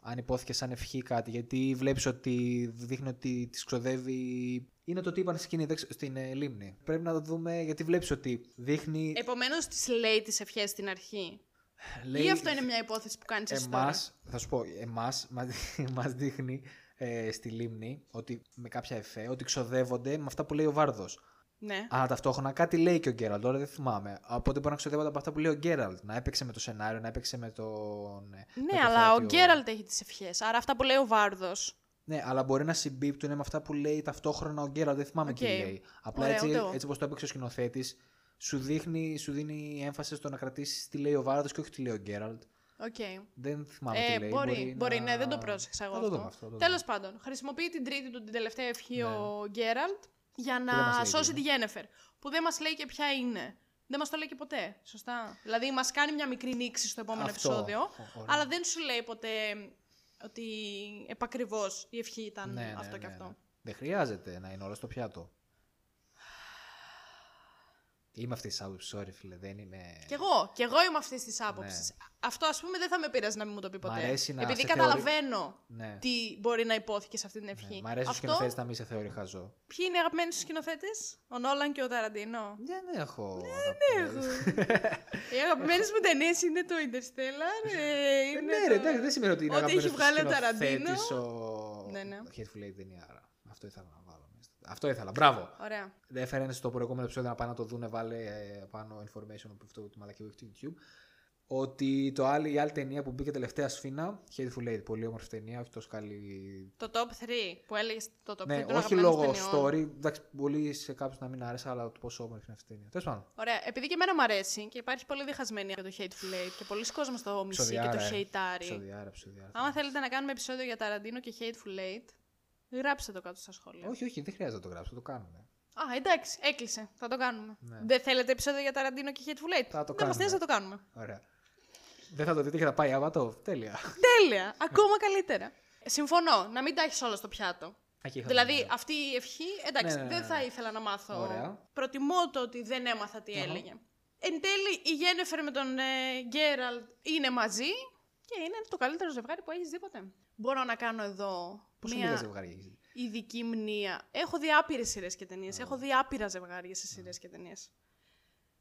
S2: Αν υπόθηκε σαν ευχή κάτι, γιατί βλέπεις ότι δείχνει ότι της ξοδεύει. Είναι το τι είπαν στη σκηνή, δεν ξε- στην ε, λίμνη. Πρέπει να το δούμε, γιατί βλέπεις ότι δείχνει.
S1: Επομένως, τη λέει τις ευχές στην αρχή.
S2: λέει,
S1: Ε, Ή αυτό είναι μια υπόθεση που κάνεις εσύ τώρα.
S2: εμάς, θα σου πω, εμάς, μα- μας δείχνει ε, στη λίμνη ότι με κάποια εφέ, ότι ξοδεύονται με αυτά που λέει ο Βάρδος.
S1: Ναι.
S2: Αλλά ταυτόχρονα κάτι λέει και ο Γκέραλτ. Τώρα δεν θυμάμαι. Οπότε μπορεί να ξοδεύονται από αυτά που λέει ο Γκέραλτ. Να έπαιξε με το σενάριο, να έπαιξε με τον. ε, με
S1: ναι,
S2: το
S1: αλλά ο
S2: θεατείο.
S1: Γκέραλτ έχει τις ευχές. Άρα αυτά που λέει ο Βάρδος.
S2: Ναι, αλλά μπορεί να συμπίπτουν με αυτά που λέει ταυτόχρονα ο Γκέραλτ. Δεν θυμάμαι τι
S1: Οκ.
S2: λέει. Απλά
S1: Ωραία, ούτε
S2: έτσι,
S1: εγώ.
S2: έτσι όπως το έπαιξε ο σκηνοθέτης, σου, δείχνει- σου δίνει έμφαση στο να κρατήσεις τι λέει ο Βάρδο και όχι τι λέει ο Γκέραλτ.
S1: Οκ.
S2: Δεν θυμάμαι
S1: Ε,
S2: τι λέει.
S1: μπορεί, μπορεί,
S2: να-
S1: ναι, δεν το πρόσεξα εγώ.
S2: Θα το δούμε αυτό. θα το
S1: Τέλος πάντων, χρησιμοποιεί την τρίτη του την τελευταία ευχή
S2: Ναι.
S1: ο Γκέραλτ για
S2: δεν μας
S1: να
S2: λέει τι
S1: σώσει τη
S2: είναι.
S1: Γένεφερ. Που δεν μας λέει και ποια είναι. Δεν μας το λέει και ποτέ. Σωστά. Δηλαδή, μας κάνει μια μικρή νήξη στο
S2: δούμε.
S1: επόμενο
S2: Αυτό.
S1: επεισόδιο.
S2: Ω- ωραία.
S1: Αλλά δεν σου λέει ποτέ ότι επακριβώς η ευχή ήταν
S2: Ναι, ναι,
S1: αυτό και
S2: ναι,
S1: αυτό.
S2: ναι. Δεν χρειάζεται να είναι όλα στο πιάτο. Είμαι αυτής της άποψης, sorry φίλε, δεν είμαι.
S1: Κι εγώ, κι εγώ είμαι αυτής της άποψη.
S2: Ναι.
S1: Αυτό ας πούμε δεν θα με πειράζει να μην μου το πει ποτέ.
S2: αρέσει να
S1: Επειδή
S2: σε
S1: καταλαβαίνω
S2: Ναι.
S1: τι μπορεί να υπόθηκε σε αυτή την
S2: ναι.
S1: ευχή.
S2: Μ' αρέσει ο
S1: αυτό,
S2: σκηνοθέτη να μην σε θεωρεί χαζό.
S1: Ποιοι είναι οι αγαπημένοι σου σκηνοθέτες, ο Νόλαν και ο Ταραντίνο.
S2: Δεν
S1: Ναι,
S2: έχω.
S1: Έχω. οι αγαπημένε μου ταινίες είναι το Interstellar. Ε,
S2: Ε,
S1: είναι
S2: Ναι, ρε,
S1: το-
S2: εντάξει, δεν σημαίνει ότι είναι
S1: Ό,τι έχει
S2: αγαπημένος του
S1: βγάλει ο Ταραντίνο.
S2: σκηνοθέτης Ο...
S1: Ναι, ναι.
S2: το Hateful Eight δεν είναι άρα. Αυτό ήθελα να βάλω. μέσα. Αυτό ήθελα. Μπράβο.
S1: Ωραία.
S2: Δεν έφεραν στο προηγούμενο επεισόδιο να πάνε να το δούνε, βάλε ε, πάνω information από αυτό το μαλακή του YouTube. Ότι το άλλη, η άλλη ταινία που μπήκε τελευταία σφίνα, Hateful Eight, πολύ όμορφη ταινία, όχι τόσο καλή.
S1: Το top 3 που έλεγες το top 3.
S2: ναι,
S1: των
S2: όχι
S1: αγαπημένων
S2: λόγω
S1: ταινιών.
S2: story. Εντάξει, πολύ σε κάποιους να μην άρεσε, αλλά το πόσο όμορφη είναι αυτή η ταινία. Τέλος πάντων.
S1: Ωραία, επειδή και εμένα μου αρέσει και υπάρχει πολύ διχασμένη για το Hateful Eight και πολλοί κόσμος το μισεί και το
S2: Ψωδιάρα, ε.
S1: hateάρει.
S2: Ψωδιάρα, ψωδιάρα.
S1: Άμα θέλετε να κάνουμε επεισόδιο για Ταραντίνο και Hateful Eight, γράψτε το κάτω στα σχόλια.
S2: Όχι, όχι, δεν χρειάζεται να το γράψω, το κάνουμε.
S1: Α, εντάξει, έκλεισε. Θα το κάνουμε.
S2: Ναι.
S1: Δεν θέλετε επεισόδιο για Ταραντίνο και Hateful Eight.
S2: Θα το
S1: Δεν μας
S2: κάνουμε.
S1: νοιάζει, θα το κάνουμε.
S2: Ωραία. Δεν θα το δείτε και θα πάει άμα το. Τέλεια.
S1: Τέλεια! Ακόμα καλύτερα. Συμφωνώ, να μην τα έχεις όλα στο πιάτο.
S2: Εκεί είχαμε
S1: Δηλαδή,
S2: μια-
S1: αυτή η ευχή, εντάξει,
S2: Ναι, ναι, ναι,
S1: δεν θα
S2: ναι.
S1: ήθελα να μάθω.
S2: Ωραία.
S1: Προτιμώ το ότι δεν έμαθα τι
S2: Αχα.
S1: έλεγε. Εν τέλει, η Γένεφερ με τον ε, Γκέραλτ είναι μαζί και είναι το καλύτερο ζευγάρι που έχεις δει ποτέ. Μπορώ να κάνω εδώ
S2: Πόσο λίγα
S1: μια
S2: ζευγάρια έχεις δει?
S1: ειδική μνήα. Έχω δει άπειρες σειρές και ταινίες.
S2: Α.
S1: Έχω δει άπειρα ζευγάρια σε σειρές και ταινίες.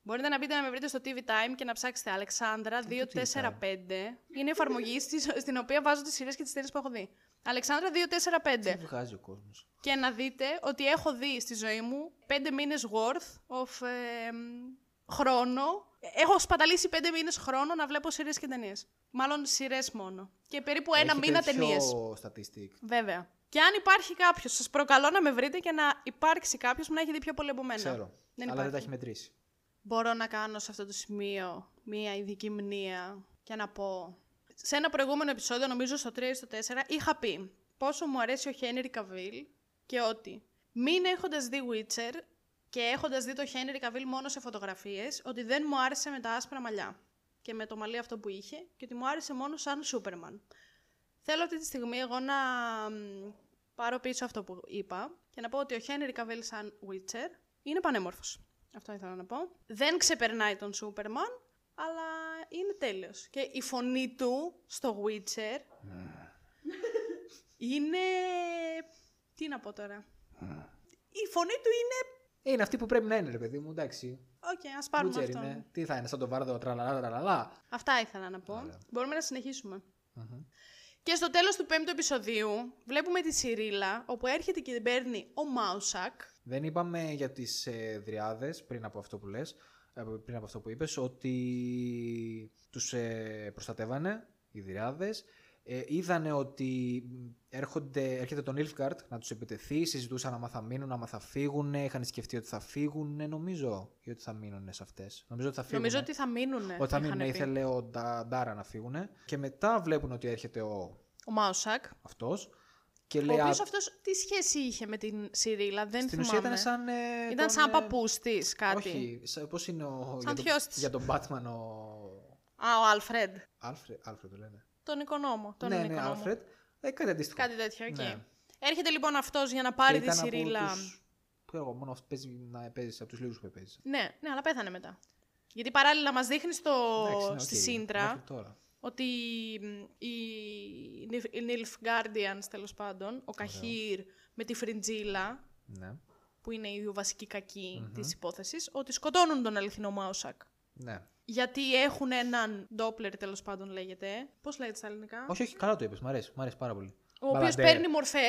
S1: Μπορείτε να μπείτε να με βρείτε στο TV Time και να ψάξετε Αλεξάνδρα
S2: Ε, Τι είναι το TV Time?
S1: 245. Είναι η εφαρμογή στις- στην οποία βάζω τις σειρές και τις ταινίες που έχω δει. Αλεξάνδρα 245.
S2: Τι βγάζει ο κόσμος.
S1: Και να δείτε ότι έχω δει στη ζωή μου πέντε μήνες worth of, ε, χρόνο. Έχω σπαταλήσει πέντε μήνες χρόνο να βλέπω σειρές και ταινίες. Μάλλον σειρές μόνο. Και περίπου ένα
S2: Έχει
S1: μήνα
S2: τέτοιο
S1: ταινίες.
S2: statistic.
S1: Βέβαια. Και αν υπάρχει κάποιος, σας προκαλώ να με βρείτε και να υπάρξει κάποιος που να έχει δει πιο πολύ από μένα.
S2: Ξέρω.
S1: Δεν
S2: αλλά δεν
S1: υπάρχει.
S2: τα έχει μετρήσει.
S1: Μπορώ να κάνω σε αυτό το σημείο μία ειδική μνήα και να πω. Σε ένα προηγούμενο επεισόδιο, νομίζω στο 3 ή στο 4, είχα πει πόσο μου αρέσει ο Χένρι Καβίλ και ότι μην έχοντας δει Witcher και έχοντας δει το Χένρι Καβίλ μόνο σε φωτογραφίες, ότι δεν μου άρεσε με τα άσπρα μαλλιά και με το μαλλί αυτό που είχε και ότι μου άρεσε μόνο σαν Σούπερμαν. Θέλω αυτή τη στιγμή εγώ να μ, πάρω πίσω αυτό που είπα και να πω ότι ο Χένρι Καβέλ σαν Witcher είναι πανέμορφος. Αυτό ήθελα να πω. Δεν ξεπερνάει τον Σούπερμαν, αλλά είναι τέλειος. Και η φωνή του στο Witcher
S2: Ναι.
S1: είναι... Τι να πω τώρα.
S2: Ναι.
S1: Η φωνή του είναι...
S2: Ε, Είναι αυτή που πρέπει να είναι, ρε παιδί μου, εντάξει.
S1: Οκ, ας πάρουμε
S2: Butcher
S1: αυτό.
S2: είναι. Τι θα είναι, σαν τον Βάρδο, τραλαλά, τραλαλά.
S1: Αυτά ήθελα να πω.
S2: Ωραία.
S1: Μπορούμε να συνεχίσουμε.
S2: Μμμ.
S1: Και στο τέλος του πέμπτου επεισοδίου βλέπουμε τη Σιρίλα, όπου έρχεται και την παίρνει ο Μάουσακ.
S2: Δεν είπαμε για τις ε, δριάδες πριν από αυτό που λες, ε, πριν από αυτό που είπες, ότι τους ε, προστατεύανε οι δριάδες. Ε, είδανε ότι έρχονται, έρχεται τον Ilfgaard να τους επιτεθεί, συζητούσαν άμα θα μείνουν, άμα θα φύγουν, είχαν σκεφτεί ότι θα φύγουν, Ε, νομίζω, ή ότι θα μείνουν σε αυτές. Νομίζω ότι θα φύγουν.
S1: Νομίζω ότι θα μείνουν.
S2: ότι θα μείνουν, ήθελε ο Ντα- Ντάρα να φύγουν. Και μετά βλέπουν ότι έρχεται ο
S1: Ο Μάουσακ.
S2: αυτός και
S1: Ο
S2: λέει...
S1: οποίος
S2: «Α,
S1: αυτός τι σχέση είχε με την Σιρίλα, δεν
S2: στην
S1: θυμάμαι.
S2: ουσία ήταν σαν... ε,
S1: Ήταν
S2: τον,
S1: σαν
S2: ε,
S1: παππούς της, κάτι.
S2: Όχι, σαν- πώς είναι ο...
S1: Σαν
S2: για,
S1: θειός
S2: τον,
S1: της.
S2: για τον Batman ο...
S1: Α, ο Άλφρεντ.
S2: Άλφρεντ, Άλφρεντ το λένε.
S1: Τον οικονόμο. Τον
S2: ναι, ναι,
S1: οικονόμο.
S2: Άλφρεντ. Ε, κάτι αντίστοιχο.
S1: Κάτι τέτοιο, εκεί.
S2: Ναι.
S1: Έρχεται λοιπόν αυτός για να
S2: Και
S1: πάρει τη
S2: ήταν από
S1: Σιρίλα.
S2: τους- Ξέρω εγώ, μόνος αυτό παίζει να παίζει, από τους λίγους που παίζει.
S1: Ναι, ναι, αλλά πέθανε μετά. Γιατί παράλληλα μας δείχνει στο... στη Σύντρα
S2: ναι, Μέχρι τώρα.
S1: ότι μ, οι, οι Nilf Guardians τέλος πάντων, ο Καχύρ με τη Φριντζίλα,
S2: Ναι.
S1: που είναι η βασική κακή
S2: Μμμ.
S1: της υπόθεσης, ότι σκοτώνουν τον αληθινό Μάουσακ.
S2: ναι.
S1: Γιατί έχουν έναν Doppler, τέλος πάντων λέγεται. Πώς λέγεται στα ελληνικά.
S2: Όχι, όχι, καλά το είπες, μ' αρέσει, μ' αρέσει πάρα πολύ.
S1: Ο οποίο
S2: Μπαλαντέρ.
S1: παίρνει μορφές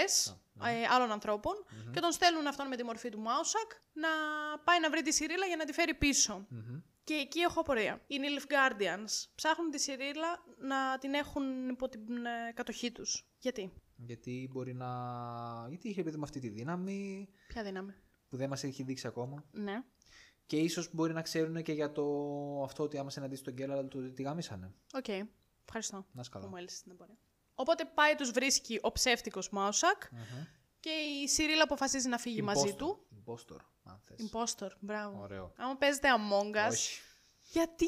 S2: Α, ναι.
S1: άλλων ανθρώπων και τον στέλνουν αυτόν με τη μορφή του Μάουσακ να πάει να βρει τη Σιρίλα για να τη φέρει πίσω.
S2: Μμμ.
S1: Και εκεί έχω απορία. Οι Nilf Guardians ψάχνουν τη Σιρίλα να την έχουν υπό την ε, κατοχή τους. Γιατί,
S2: Γιατί μπορεί να... Γιατί είχε παιδί με αυτή τη δύναμη
S1: ποια δύναμη.
S2: που δεν μας έχει δείξει ακόμα.
S1: Ναι.
S2: Και ίσως μπορεί να ξέρουν και για το αυτό ότι άμα συναντήσει τον Γκέλαρντ ότι τη γάμισανε.
S1: Οκ. Ευχαριστώ
S2: Να είσαι
S1: που
S2: καλά.
S1: μου έλυσες την απορία. Οπότε πάει, τους βρίσκει ο ψεύτικος Μάουσακ
S2: Μμμ.
S1: και η Σιρίλα αποφασίζει να φύγει μαζί
S2: Impostor.
S1: του.
S2: Impostor, αν θες.
S1: Impostor, μπράβο.
S2: Ωραίο.
S1: Άμα παίζετε Among Us.
S2: Όχι.
S1: Γιατί!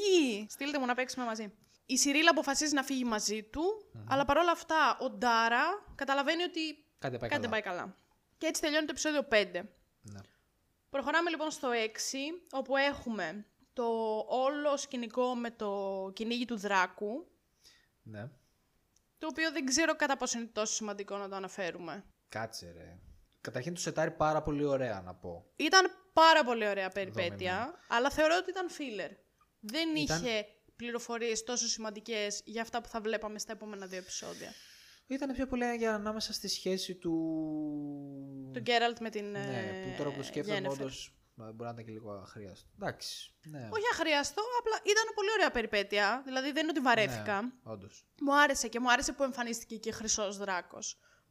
S1: Στείλτε μου να παίξουμε μαζί. Η Σιρίλα αποφασίζει να φύγει μαζί του, αλλά παρόλα αυτά ο Ντάρα καταλαβαίνει ότι
S2: Κάτι
S1: κάτι δεν
S2: πάει καλά.
S1: πάει καλά. Και έτσι τελειώνει το επεισόδιο 5.
S2: Ναι.
S1: Προχωράμε λοιπόν στο 6, όπου έχουμε το όλο σκηνικό με το κυνήγι του δράκου,
S2: ναι.
S1: το οποίο δεν ξέρω κατά πόσο είναι τόσο σημαντικό να το αναφέρουμε.
S2: Κάτσε ρε. Καταρχήν του σετάρει πάρα πολύ ωραία να πω.
S1: Ήταν πάρα πολύ ωραία περιπέτεια,
S2: Δομημένη.
S1: αλλά θεωρώ ότι ήταν filler. Δεν
S2: Ήταν-
S1: είχε πληροφορίες τόσο σημαντικές για αυτά που θα βλέπαμε στα επόμενα δύο επεισόδια.
S2: Ήταν πιο πολύ για ανάμεσα στη σχέση του.
S1: Του Γκέραλτ με την.
S2: Ναι,
S1: ε,
S2: που τώρα που το σκέφτομαι
S1: Yennefer.
S2: όντως. Μπορεί να ήταν και λίγο αχρίαστο. Εντάξει. Ναι.
S1: Όχι αχρίαστο, απλά ήταν πολύ ωραία περιπέτεια. Δηλαδή δεν είναι ότι βαρέθηκα.
S2: Ναι, όντως.
S1: Μου άρεσε και μου άρεσε που εμφανίστηκε και χρυσός δράκος.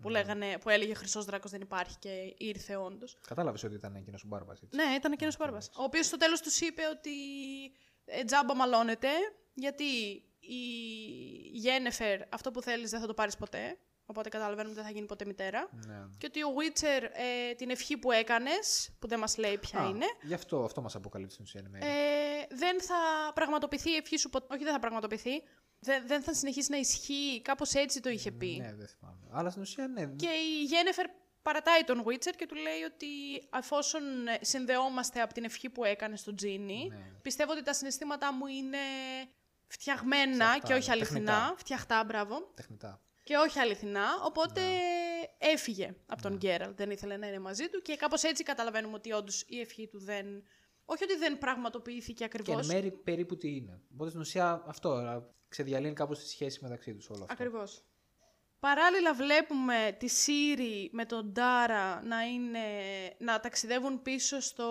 S1: Που,
S2: Ναι.
S1: λέγανε, που έλεγε χρυσός δράκος δεν υπάρχει και ήρθε όντως.
S2: Κατάλαβες ότι ήταν εκείνος ο μπάρμπας. έτσι.
S1: Ναι, ήταν εκείνος ο Μπάρμπα. Ο οποίος στο τέλος τους είπε ότι ε, τζάμπα μαλώνεται, γιατί η Γένεφερ αυτό που θέλεις δεν θα το πάρεις ποτέ. Οπότε καταλαβαίνουμε ότι δεν θα γίνει ποτέ μητέρα.
S2: Ναι.
S1: Και ότι ο Witcher ε, την ευχή που έκανες, που δεν μας λέει ποια
S2: Α,
S1: είναι,
S2: Γι' αυτό, αυτό μας αποκαλύπτει στην ουσία. εν μέρει.
S1: ε, δεν θα πραγματοποιηθεί η ευχή σου ποτέ. Όχι, δεν θα πραγματοποιηθεί. Δεν, δεν θα συνεχίσει να ισχύει. Κάπως έτσι το είχε πει.
S2: Ναι, δεν θυμάμαι. Αλλά στην ουσία, ναι.
S1: Και η Γένεφερ παρατάει τον Witcher και του λέει ότι αφόσον ε, συνδεόμαστε από την ευχή που έκανε στον Τζίνι,
S2: Ναι.
S1: πιστεύω ότι τα συναισθήματά μου είναι φτιαγμένα
S2: Φτιαχτά,
S1: και όχι
S2: ναι,
S1: αληθινά.
S2: τεχνητά.
S1: Φτιαχτά, μπράβο.
S2: Τεχνητά.
S1: Και όχι αληθινά. Οπότε
S2: Ναι.
S1: έφυγε από τον Γκέραλτ. Δεν ήθελε να είναι μαζί του. Και κάπως έτσι καταλαβαίνουμε ότι όντως η ευχή του δεν. Όχι ότι δεν πραγματοποιήθηκε
S2: Και εν
S1: ακριβώς.
S2: μέρη περίπου τι είναι. Οπότε στην ουσία αυτό. α, Ξεδιαλύνει κάπως τη σχέση μεταξύ τους όλο αυτό.
S1: Ακριβώς. Παράλληλα βλέπουμε τη Σύρη με τον Ντάρα να, είναι, να ταξιδεύουν πίσω στο...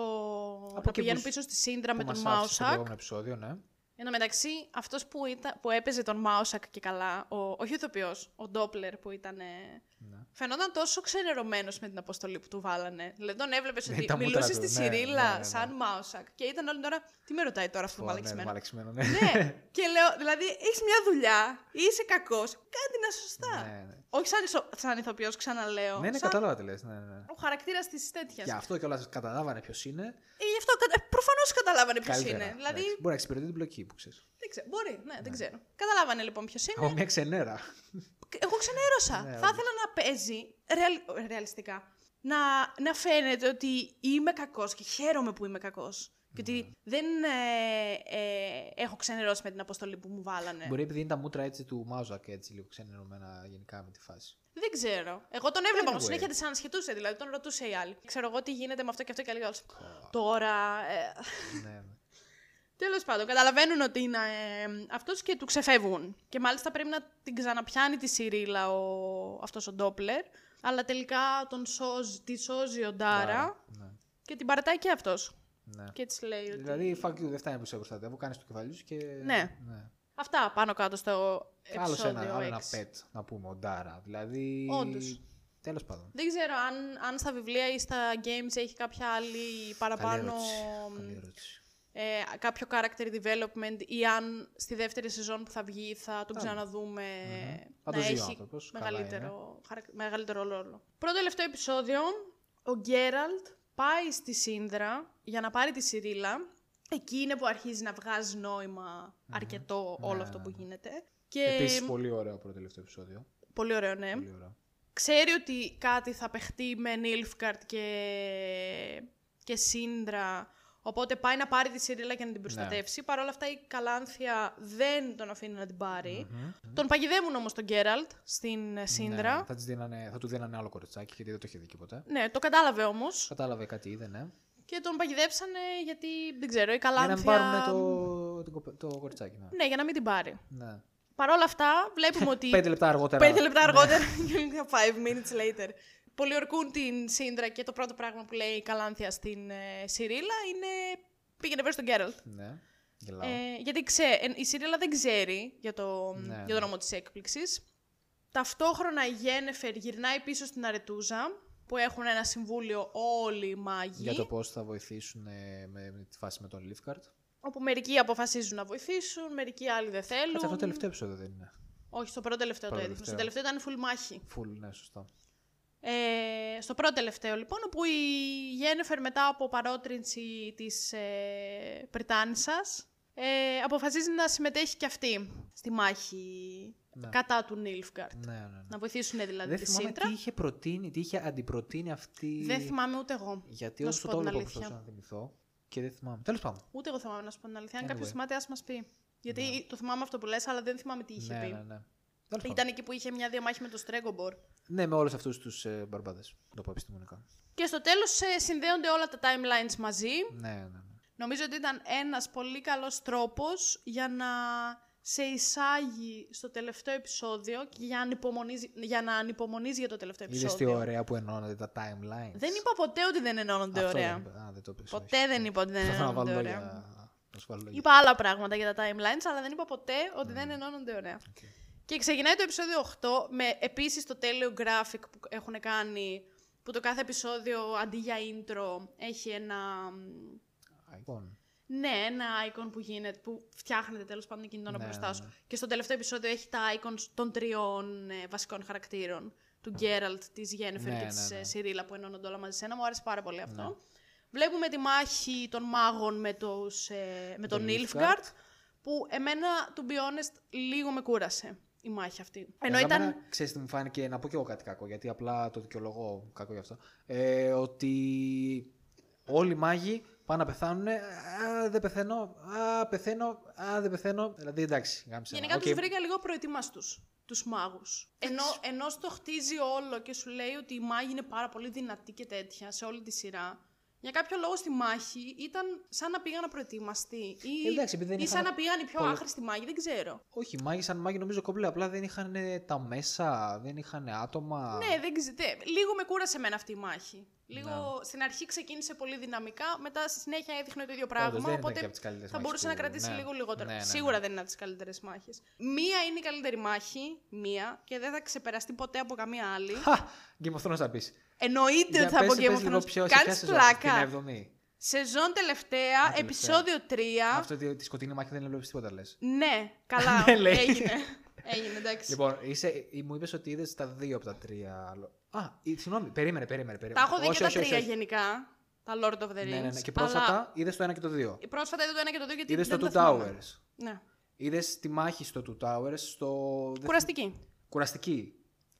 S1: να
S2: εκεί
S1: πηγαίνουν
S2: που σ-
S1: πίσω στη Σύντρα με
S2: που
S1: τον
S2: μας άφησε στο
S1: Μάουσακ.
S2: προηγούμενο επεισόδιο, ναι.
S1: Εν τω μεταξύ, αυτός που, ήταν, που έπαιζε τον Μάουσακ και καλά, ο, όχι ο ηθοποιός, ο Ντόπλερ που ήταν... ε,
S2: ναι.
S1: Φαινόταν τόσο ξενερωμένος με την αποστολή που του βάλανε. Δηλαδή τον έβλεπες
S2: Με
S1: ότι
S2: τα μούτρα
S1: μιλούσε
S2: του,
S1: στη
S2: ναι,
S1: Σιρίλα
S2: ναι, ναι, ναι.
S1: σαν Μάουσακ και ήταν όλη την ώρα. Τι με ρωτάει τώρα αυτό το
S2: Ω, Ναι,
S1: μαλαξιμένο.
S2: μαλαξιμένο, ναι.
S1: Ναι, και λέω, δηλαδή έχεις μια δουλειά, είσαι κακός, κάτι να σωστά.
S2: ναι, ναι.
S1: Όχι σαν, ισο... σαν ηθοποιός, ξαναλέω.
S2: Ναι, ναι,
S1: σαν
S2: κατάλαβα τι λες, ναι, ναι.
S1: ο χαρακτήρας της τέτοιας.
S2: Γι' αυτό κιόλας καταλάβανε ποιος είναι.
S1: Ε, Γι' αυτό κατα... προφανώς καταλάβανε ποιος
S2: Καλύτερα.
S1: είναι. Δηλαδή,
S2: εντάξει. Μπορεί να εξυπηρετεί την πλοκή που ξέρεις.
S1: δεν ξέρω, μπορεί, ναι, δεν ξέρω. Καταλάβανε λοιπόν ποιος είναι.
S2: Από μια ξενέρα.
S1: Εγώ ξενέρωσα.
S2: Ναι,
S1: Θα
S2: όντως.
S1: ήθελα να παίζει ρεαλ- ρεαλιστικά. Να, να φαίνεται ότι είμαι κακός και χαίρομαι που είμαι κακός. Και
S2: Ναι.
S1: ότι δεν ε, ε, έχω ξενερώσει με την αποστολή που μου βάλανε.
S2: Μπορεί επειδή είναι τα μούτρα έτσι του Μάουζακ έτσι λίγο ξενερωμένα γενικά με τη φάση.
S1: Δεν ξέρω. Εγώ τον έβλεπα όμως
S2: Anyway.
S1: συνέχεια τη ανασχετούσε, δηλαδή τον ρωτούσε η άλλη. Ξέρω εγώ τι γίνεται με αυτό και αυτό και αλλιώ. Τώρα. Ε,
S2: ναι, ναι.
S1: Τέλος πάντων, καταλαβαίνουν ότι είναι ε, αυτός και του ξεφεύγουν. Και μάλιστα πρέπει να την ξαναπιάνει τη Σιρίλα ο, αυτός ο Ντόπλερ. Αλλά τελικά τον σώζει, τη σώζει ο Ντάρα
S2: Ναι,
S1: και την παρατάει και αυτός.
S2: ναι.
S1: Και έτσι λέει ότι.
S2: Δηλαδή, fuck you, δεν φτάνει που σε προστατεύω. Κάνεις το κεφάλι σου και.
S1: Ναι. Αυτά πάνω κάτω στο
S2: Άλλο
S1: επεισόδιο
S2: ένα, άλλο ένα
S1: 6.
S2: pet, να πούμε, ο Ντάρα. Δηλαδή.
S1: Όντως.
S2: Τέλος πάντων.
S1: Δεν ξέρω αν, αν στα βιβλία ή στα games έχει κάποια άλλη
S2: Καλή
S1: παραπάνω.
S2: ερώτηση. Καλή ερώτηση.
S1: ε, κάποιο character development ή αν στη δεύτερη σεζόν που θα βγει θα τον
S2: Θα
S1: ξαναδούμε
S2: Μμμ.
S1: να
S2: Πάντως ζει ο
S1: έχει
S2: άνθρωπος, καλά
S1: μεγαλύτερο, χαρακ- μεγαλύτερο ρόλο. Πρώτο τελευταίο επεισόδιο, ο Γκέραλτ πάει στη Σύνδρα για να πάρει τη Σιρίλα. Εκεί είναι που αρχίζει να βγάζει νόημα
S2: Μμμ.
S1: αρκετό
S2: Ναι,
S1: όλο
S2: ναι,
S1: αυτό που
S2: ναι.
S1: γίνεται. Και
S2: Επίσης, πολύ ωραίο πρώτο τελευταίο επεισόδιο.
S1: πολύ ωραίο, ναι.
S2: Πολύ ωραίο.
S1: Ξέρει ότι κάτι θα παιχτεί με Νίλφκαρτ και, και Σίντρα. Οπότε πάει να πάρει τη Σιρίλα και να την
S2: Ναι.
S1: προστατεύσει. Παρ' όλα αυτά η Καλάνθια δεν τον αφήνει να την πάρει.
S2: Μμμ.
S1: Τον παγιδεύουν όμως τον Γκέραλτ στην ε, Σίντρα.
S2: Ναι, θα, της δίνανε, θα του δίνανε άλλο κοριτσάκι γιατί δεν το είχε δει και ποτέ.
S1: Ναι, το κατάλαβε όμως.
S2: Κατάλαβε κάτι, είδε, ναι.
S1: Και τον παγιδέψανε γιατί δεν ξέρω, η Καλάνθια...
S2: Για να μην πάρουν το, το, κοπε- το κοριτσάκι. Ναι.
S1: Ναι, για να μην την πάρει.
S2: ναι.
S1: Παρ' όλα αυτά βλέπουμε ότι.
S2: Πέντε λεπτά αργότερα.
S1: Πέντε λεπτά αργότερα, five minutes later. Πολιορκούν την Σύντρα και το πρώτο πράγμα που λέει η Καλάνθια στην ε, Σιρίλα είναι πήγαινε πέρα στον Γκέραλτ.
S2: Ναι. Γελάω.
S1: Ε, γιατί ξέ, ε, η Σιρίλα δεν ξέρει για το,
S2: Ναι,
S1: για
S2: ναι.
S1: το νόμο της έκπληξης. Ταυτόχρονα η Γένεφερ γυρνάει πίσω στην Αρετούζα που έχουν ένα συμβούλιο όλοι οι μάγοι.
S2: Για το πώς θα βοηθήσουν ε, με, με τη φάση με τον Λίφκαρτ.
S1: Όπου μερικοί αποφασίζουν να βοηθήσουν, μερικοί άλλοι δεν θέλουν.
S2: Κάτσε αυτό το τελευταίο επεισόδιο δεν είναι.
S1: Όχι, στο πρώτο τελευταίο
S2: Πρώτο
S1: το έδειχνε. Στο
S2: τελευταίο.
S1: τελευταίο ήταν full μάχη.
S2: Φουλ, ναι, σωστά.
S1: Ε, στο πρώτο τελευταίο λοιπόν, όπου η Γένεφερ μετά από παρότρινση της ε, Πριτάνισσας ε, αποφασίζει να συμμετέχει και αυτή στη μάχη
S2: Ναι.
S1: κατά του Νίλφγκαρτ.
S2: Ναι, ναι, ναι.
S1: Να βοηθήσουν δηλαδή
S2: Δεν
S1: τη
S2: θυμάμαι
S1: Σύντρα.
S2: τι είχε προτείνει, τι είχε αντιπροτείνει αυτή.
S1: Δεν θυμάμαι ούτε εγώ.
S2: Γιατί
S1: να
S2: όσο
S1: σου
S2: το
S1: πω την
S2: έβλεπα
S1: αλήθεια.
S2: προσπαθούσα να θυμηθώ και δεν θυμάμαι. Τέλος πάντων.
S1: Ούτε εγώ θυμάμαι να σου πω την αλήθεια. Αν
S2: Anyway.
S1: κάποιος θυμάται, ας μας πει. Γιατί το θυμάμαι αυτό που λες, αλλά δεν θυμάμαι τι είχε
S2: Ναι,
S1: πει.
S2: ναι, ναι. Τέλος πάντων.
S1: Ήταν εκεί που είχε μια διαμάχη με το Στρέγκομπορ.
S2: Ναι, με όλους αυτούς τους ε, μπαρμπάδες. Το πω επιστημονικά.
S1: Και στο τέλος ε, συνδέονται όλα τα timelines μαζί.
S2: Ναι, ναι, ναι.
S1: Νομίζω ότι ήταν ένας πολύ καλός τρόπος για να σε εισάγει στο τελευταίο επεισόδιο και για, να ανυπομονείς- για να ανυπομονείς για το τελευταίο
S2: Είδες τι
S1: επεισόδιο.
S2: ωραία που ενώνονται τα timelines.
S1: Δεν είπα ποτέ ότι δεν ενώνονται
S2: Αυτό
S1: ωραία.
S2: δεν είπα. Α, δεν το είπες,
S1: Ποτέ
S2: όχι. Ναι.
S1: δεν είπα ότι δεν
S2: Θα να
S1: ενώνονται
S2: βάλω
S1: ωραία.
S2: λόγια. Να σου βάλω λόγια.
S1: Είπα άλλα πράγματα για τα timelines, αλλά δεν είπα ποτέ ότι
S2: Ναι.
S1: δεν ενώνονται ωραία.
S2: Οκ.
S1: Και ξεκινάει το επεισόδιο 8 με επίσης το τέλειο graphic που έχουν κάνει, που το κάθε επεισόδιο αντί για intro έχει ένα... μ,
S2: Λοιπόν,
S1: Ναι, ένα icon που γίνεται, που φτιάχνεται τέλος πάντων κινητό
S2: Ναι,
S1: από μπροστά
S2: ναι,
S1: σου.
S2: ναι.
S1: Και στο τελευταίο επεισόδιο έχει τα icons των τριών ε, βασικών χαρακτήρων. Του Γκέραλτ, τη Γέννεφερ
S2: Ναι,
S1: και
S2: ναι,
S1: της
S2: ναι.
S1: Σιρίλα που ενώνονται όλα μαζί σε ένα. Μου άρεσε πάρα πολύ αυτό.
S2: Ναι.
S1: Βλέπουμε τη μάχη των μάγων με, τους, ε, με τον
S2: τον
S1: Νίλφγκαρτ,
S2: Nilfgaard.
S1: που εμένα, to be honest, λίγο με κούρασε η μάχη αυτή. Ενώ
S2: για
S1: ήταν.
S2: μένα, Ξέρεις τι μου φάνηκε, να πω κι εγώ κάτι κακό, γιατί απλά το δικαιολογώ κακό γι' αυτό. Ε, ότι όλοι οι μάγοι πάνε να πεθάνουν, α, δεν πεθαίνω, α, πεθαίνω, α, δεν πεθαίνω. Δηλαδή εντάξει, γάμισε.
S1: Γενικά τους βρήκα λίγο προετοίμαστους τους μάγους. Ενώ, ενώ στο χτίζει όλο και σου λέει ότι οι μάγοι είναι πάρα πολύ δυνατοί και τέτοια σε όλη τη σειρά. Για κάποιο λόγο στη μάχη ήταν σαν να πήγαν να προετοιμαστεί. Ή,
S2: ε, Εντάξει, επειδή δεν
S1: ή σαν
S2: είχαν-
S1: να πήγαν οι πιο
S2: Πολύ-
S1: άχρηστοι μάγοι, δεν ξέρω.
S2: Όχι, μάγοι σαν μάγοι νομίζω κομπλέ. Απλά δεν είχαν τα μέσα, δεν είχαν άτομα.
S1: Ναι, δεν ξέρω. Λίγο με κούρασε εμένα αυτή η μάχη. Λίγο
S2: Ναι.
S1: στην αρχή ξεκίνησε πολύ δυναμικά, μετά στη συνέχεια έδειχνε το ίδιο
S2: Όντως,
S1: πράγμα.
S2: δεν ήταν και
S1: οπότε
S2: από τις καλύτερες
S1: θα
S2: μάχες
S1: μπορούσε
S2: του-
S1: να κρατήσει
S2: ναι.
S1: λίγο λιγότερο.
S2: Ναι, ναι, ναι.
S1: Σίγουρα δεν είναι από τις καλύτερες μάχες. Μία είναι η καλύτερη μάχη, μία, και δεν θα ξεπεραστεί ποτέ από καμία άλλη.
S2: Χα! Game of Thrones θα πεις.
S1: Εννοείται ότι θα πω Game of Thrones. Κάνει πλάκα. Σεζόν τελευταία,
S2: τελευταία.
S1: επεισόδιο 3.
S2: Αυτό τη τη σκοτεινή μάχη δεν έβλεπε τίποτα λες.
S1: Ναι, καλά.
S2: Ναι, λέει.
S1: έγινε. Έγινε, εντάξει.
S2: Λοιπόν, είσαι, ε, μου είπες ότι είδες τα δύο από τα τρία. άλλο. Α, ε, συγγνώμη, περίμενε,
S1: τα
S2: περίμενε. περίμενε.
S1: έχω δει
S2: Όχι,
S1: και τα
S2: όχι, όχι,
S1: τρία
S2: όχι.
S1: γενικά. Τα Lord of the Rings.
S2: Ναι, ναι, ναι. Και
S1: αλλά
S2: πρόσφατα είδες το ένα και το δύο.
S1: Πρόσφατα είδα το ένα και το δύο γιατί.
S2: Είδες το
S1: δεν
S2: Two
S1: τα θυμάμαι.
S2: Towers.
S1: Ναι.
S2: Είδες τη μάχη στο Two Towers. Στο... δεν
S1: Κουραστική.
S2: θυμ- Κουραστική.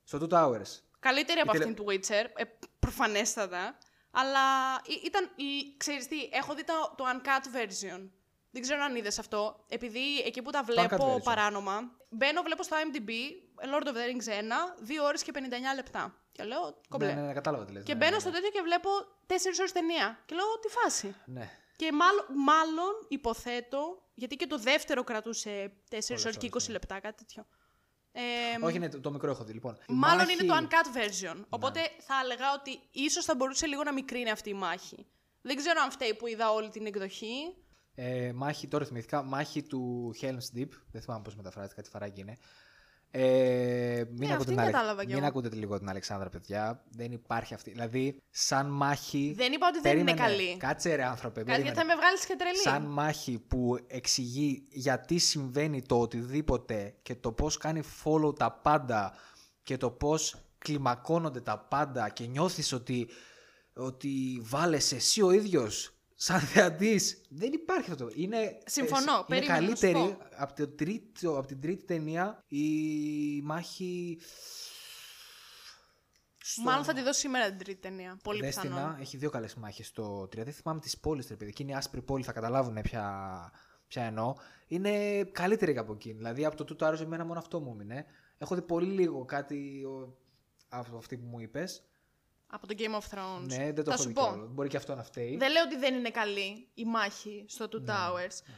S2: Στο Two Towers.
S1: Καλύτερη από
S2: Η τελε-
S1: αυτήν του Witcher, ε, προφανέστατα. Αλλά ή- ήταν, η- ξέρεις τι, έχω δει το, το uncut version. Δεν ξέρω αν είδες αυτό, επειδή εκεί που τα
S2: uncut
S1: βλέπω
S2: version.
S1: παράνομα, μπαίνω, βλέπω στο IMDb, Lord of the Rings 1, 2 ώρες και 59 λεπτά. Και λέω, κομπλέ.
S2: Ναι, ναι, ναι, κατάλαβα τι λες.
S1: Και
S2: ναι,
S1: μπαίνω
S2: ναι,
S1: στο
S2: ναι.
S1: τέτοιο και βλέπω 4 ώρες ταινία. Και λέω, τι φάση.
S2: Ναι.
S1: Και μάλλον, μάλλον υποθέτω, γιατί και το δεύτερο κρατούσε 4
S2: Πολλές
S1: ώρες και
S2: ώρες,
S1: 20
S2: ναι.
S1: λεπτά, κάτι τέτοιο. Ε,
S2: Όχι, ναι, το, το μικρό έχω δει. Λοιπόν, Η
S1: Μάλλον
S2: μάχη- Ναι.
S1: είναι το uncut version. Οπότε θα έλεγα ότι ίσως θα μπορούσε λίγο να μικρύνει αυτή η μάχη. Δεν ξέρω αν φταίει που είδα όλη την εκδοχή.
S2: Ε, μάχη, τώρα θυμηθήκα, μάχη του Helm's Deep. Δεν θυμάμαι πώς μεταφράζεται, κάτι φαράκι είναι. Ε, μην,
S1: Ναι,
S2: ακούτε
S1: αυτήν
S2: την Αλεξ-
S1: κατάλαβα κι
S2: μην
S1: εγώ.
S2: ακούτε λίγο την Αλεξάνδρα, παιδιά. Δεν υπάρχει αυτή. Δηλαδή, σαν μάχη.
S1: Δεν είπα ότι δεν είναι καλή.
S2: Κάτσε ρε, άνθρωπε.
S1: Κάτι γιατί
S2: περίμενε.
S1: θα με βγάλεις και τρελή.
S2: Σαν μάχη που εξηγεί γιατί συμβαίνει το οτιδήποτε και το πώς κάνει follow τα πάντα και το πώς κλιμακώνονται τα πάντα και νιώθεις ότι, ότι βάλεσαι εσύ ο ίδιος σαν θεατής. Δεν υπάρχει αυτό. Είναι, ε,
S1: Συμφωνώ.
S2: Είναι
S1: Περίμενα να σου
S2: καλύτερη
S1: πω.
S2: από, το τρίτο, από την τρίτη ταινία η μάχη... στο-
S1: Μάλλον θα τη δω σήμερα την τρίτη ταινία. Πολύ
S2: Δέστηνα,
S1: πιθανό.
S2: έχει δύο καλές μάχες στο 3. Δεν θυμάμαι τις πόλεις, ρε παιδί. Εκείνη η άσπρη πόλη θα καταλάβουν ποια, ποια εννοώ. Είναι καλύτερη και από εκείνη. Δηλαδή από το τούτο άρεσε εμένα μόνο αυτό μου έμεινε. Έχω δει πολύ λίγο κάτι ο, από αυτή που μου είπες.
S1: Από το Game of Thrones.
S2: Ναι, δεν το
S1: θα
S2: έχω
S1: σου
S2: δει
S1: πω.
S2: κιόλας. Μπορεί και αυτό να φταίει.
S1: Δεν λέω ότι δεν είναι καλή η μάχη στο Two Towers.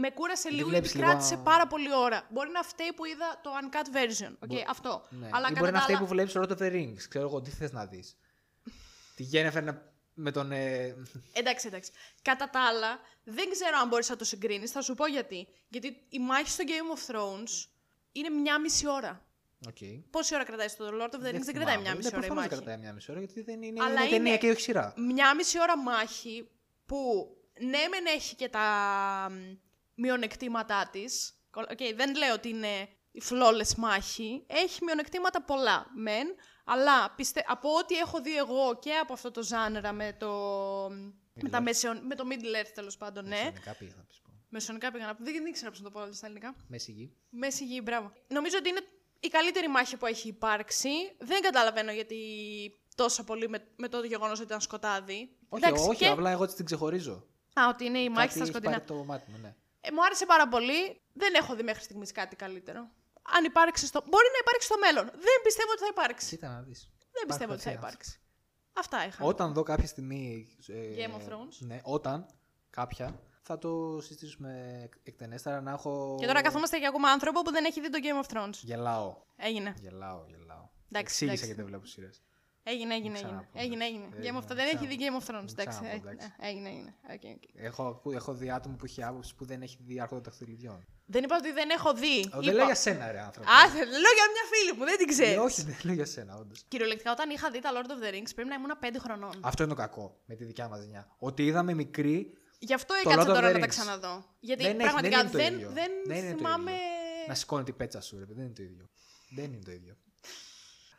S1: Με κούρασε
S2: Ναι, Τη
S1: λίγο
S2: βλέπεις
S1: γιατί
S2: λίγο,
S1: κράτησε
S2: α.
S1: πάρα πολύ ώρα. Μπορεί να φταίει που είδα το uncut version. Okay,
S2: Μπο-
S1: Αυτό.
S2: Ναι.
S1: Αλλά
S2: Ή
S1: κατά
S2: μπορεί να
S1: τα
S2: φταίει
S1: άλλα-
S2: που βλέπεις Lord of the Rings. Ξέρω εγώ τι θες να δεις. Τη Γένεφερ να- με τον. ε,
S1: Εντάξει, εντάξει. Κατά τα άλλα, δεν ξέρω αν μπορείς να το συγκρίνεις. Θα σου πω γιατί. Γιατί η μάχη στο Game of Thrones είναι μια μισή ώρα.
S2: Οκ.
S1: Πόση ώρα κρατάει στο Lord of the Rings, δεν
S2: θυμάμαι.
S1: κρατάει μια μισή
S2: Δεν
S1: ώρα η
S2: προφανώς δεν
S1: μάχη.
S2: κρατάει μια μισή ώρα γιατί δεν είναι,
S1: Αλλά
S2: είναι
S1: είναι-
S2: ταινία και όχι σειρά.
S1: Μια μισή ώρα μάχη που ναι, μεν έχει και τα μ, μειονεκτήματά της. Okay, δεν λέω ότι είναι η flawless μάχη. Έχει μειονεκτήματα πολλά, μεν. Αλλά πιστε... από ό,τι έχω δει εγώ και από αυτό το ζάνερα με το. Με, τα
S2: Middle-earth.
S1: μεσαιων... με το Middle Earth τέλος πάντων, ναι.
S2: Μεσαιωνικά πήγα, θα πεις πω.
S1: Μεσονικά πήγα να πω. Δεν ήξερα πώς να το πω όλα στα ελληνικά.
S2: Μέση γη.
S1: Μέση γη, μπράβο. Νομίζω ότι είναι η καλύτερη μάχη που έχει υπάρξει. Δεν καταλαβαίνω γιατί τόσο πολύ με, με το γεγονός ότι ήταν σκοτάδι.
S2: Όχι,
S1: Εντάξει,
S2: όχι,
S1: και-
S2: απλά εγώ έτσι την ξεχωρίζω.
S1: Α, ότι είναι η μάχη στα
S2: έχει
S1: σκοτεινά.
S2: πάρει το μάτι μου, ναι.
S1: Ε, μου άρεσε πάρα πολύ. Δεν έχω δει μέχρι στιγμής κάτι καλύτερο. Αν υπάρξει στο. Μπορεί να υπάρξει στο μέλλον. Δεν πιστεύω ότι θα υπάρξει.
S2: Κοίτα να δεις.
S1: Δεν πιστεύω ότι θα
S2: ευθεία.
S1: υπάρξει. Αυτά είχα.
S2: Όταν δω κάποια στιγμή... ε,
S1: Game of Thrones.
S2: Ναι, όταν, κάποια, θα το συζητήσουμε εκ- εκτενέστερα να έχω...
S1: Και τώρα καθόμαστε και ακούμε άνθρωπο που δεν έχει δει το Game of Thrones.
S2: Γελάω,
S1: Έγινε.
S2: γελάω, γελάω.
S1: Εντάξει,
S2: Εξήγησα
S1: εντάξει.
S2: γιατί δεν βλέπω σειρές.
S1: Έγινε,
S2: Μην
S1: έγινε, έγινε.
S2: ξαναπούμε.
S1: Έγινε, έγινε.
S2: Έγινε,
S1: Game of...
S2: μην
S1: Δεν έχει δει
S2: ξαναπούμε.
S1: Game of Thrones.
S2: Μην
S1: Εντάξει.
S2: ξαναπούμε,
S1: ε,
S2: εντάξει.
S1: ναι, Έγινε, έγινε. Οκ, οκ.
S2: Έχω, ακού- έχω δει άτομο που έχει άποψη που δεν έχει δει άρχοντα ταχτυλιδιών.
S1: Δεν είπα ότι δεν έχω δει.
S2: Ε, Δεν
S1: Είπα-
S2: λέω για σένα, ρε άνθρωπο.
S1: Άσε, λέω για μια φίλη μου, δεν την
S2: Ε,
S1: ξέρει.
S2: Όχι, δεν λέω για σένα, όντως.
S1: Κυριολεκτικά, όταν είχα δει τα Lord of the Rings, πρέπει να ήμουν 5 χρονών.
S2: Αυτό είναι το κακό με τη δικιά μας γενιά. Ότι είδαμε μικρή
S1: Γι' αυτό
S2: το
S1: έκατσα
S2: Lord of
S1: τώρα
S2: the
S1: να τα
S2: Rings.
S1: ξαναδώ. Γιατί
S2: Δεν έχει- δεν
S1: πραγματικά
S2: είναι το
S1: δεν,
S2: ίδιο.
S1: δεν
S2: Δεν είναι το
S1: θυμάμαι.
S2: να σηκώνει την πέτσα σου, ρε παιδί, δεν είναι το ίδιο. Δεν είναι το ίδιο.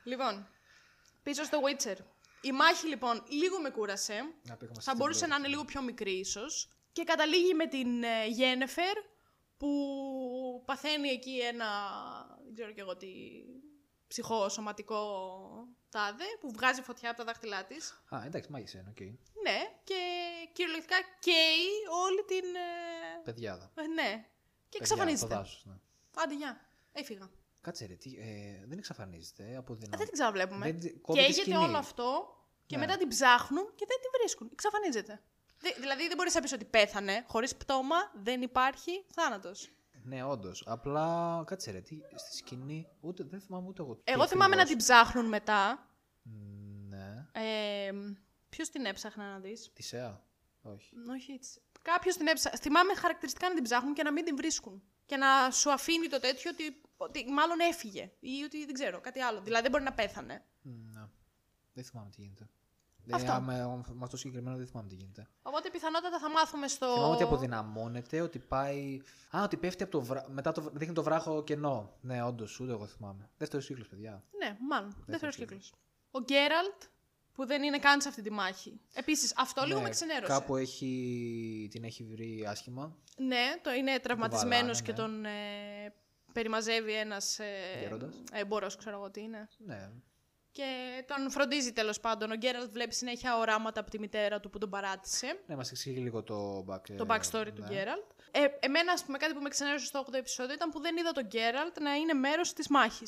S1: Λοιπόν, πίσω στο Witcher. Η μάχη λοιπόν λίγο με κούρασε.
S2: Να πήγαμε
S1: Θα
S2: στην
S1: μπορούσε να
S2: πρώτη.
S1: είναι λίγο πιο μικρή ίσως. Και καταλήγει με την ε, Γένεφερ που παθαίνει εκεί ένα, δεν ξέρω κι εγώ τι, ψυχοσωματικό τάδε που βγάζει φωτιά από τα δάχτυλά της.
S2: Α, εντάξει, μάγισσε είναι, οκ.
S1: Ναι, και κυριολεκτικά καίει όλη την... ε,
S2: Παιδιάδα.
S1: ε, ναι, και
S2: Παιδιά, το
S1: εξαφανίζεται.
S2: δάσος, ναι.
S1: Άντε, γεια. Έφυγα. Α,
S2: Κάτσε ρε, τι, ε, δεν εξαφανίζεται,
S1: δεν
S2: αποδυναμώνεται.
S1: την ξαναβλέπουμε.
S2: Δεν τη- κόβει τη
S1: Καίγεται
S2: σκηνή.
S1: όλο αυτό Και
S2: Ναι.
S1: μετά την ψάχνουν και δεν τη βρίσκουν. Εξαφανίζεται. Δε- δηλαδή δεν μπορεί να πεις ότι πέθανε. Χωρίς πτώμα δεν υπάρχει θάνατος.
S2: Ναι, όντως. Απλά κάτσε ρε, τι, στη σκηνή ούτε, δεν θυμάμαι ούτε εγώ. τι
S1: Εγώ θυμάμαι να την
S2: ακριβώς.
S1: ψάχνουν μετά.
S2: Ναι.
S1: Ε, Ποιος την έψαχνα να δεις.
S2: Τη ΣΕΑ. Όχι.
S1: Όχι έτσι. Κάποιος την έψαχνε. Θυμάμαι χαρακτηριστικά να την ψάχνουν και να μην την βρίσκουν. Και να σου αφήνει το τέτοιο ότι, ότι μάλλον έφυγε. Ή ότι δεν ξέρω, κάτι άλλο. Δηλαδή δεν μπορεί να πέθανε.
S2: Ναι. Δεν θυμάμαι τι γίνεται.
S1: Αυτό.
S2: Ε, με, με αυτό συγκεκριμένο δεν θυμάμαι τι γίνεται.
S1: Οπότε πιθανότατα θα μάθουμε στο.
S2: Θυμάμαι ότι αποδυναμώνεται, ότι πάει. Α, ότι πέφτει από το βράχο. Μετά το... βρα- δείχνει το βράχο κενό. Ναι, όντως, ούτε εγώ θυμάμαι. Δεύτερος κύκλος, παιδιά.
S1: Ναι, μάλλον. Δεύτερος
S2: Δεύτερος
S1: κύκλος. Ο Γκέραλτ που δεν είναι καν σε αυτή τη μάχη. Επίσης, αυτό λίγο
S2: Ναι,
S1: με ξενέρωσε.
S2: Κάπου έχει... την έχει βρει άσχημα.
S1: Ναι, το είναι τραυματισμένο
S2: κουβαλάνε,
S1: και
S2: ναι.
S1: τον ε, περιμαζεύει ένας ε,
S2: Γέροντας.
S1: έμπορο, ξέρω εγώ τι είναι.
S2: Ναι.
S1: Και τον φροντίζει τέλος πάντων. Ο Γκέραλτ βλέπει συνέχεια οράματα από τη μητέρα του που τον παράτησε.
S2: Ναι, μας εξηγεί λίγο το back.
S1: το backstory
S2: ναι.
S1: του Γκέραλτ. Ε, εμένα, ας πούμε, κάτι που με ξενέρωσε στο 8ο επεισόδιο ήταν που δεν είδα τον Γκέραλτ να είναι μέρος της μάχης.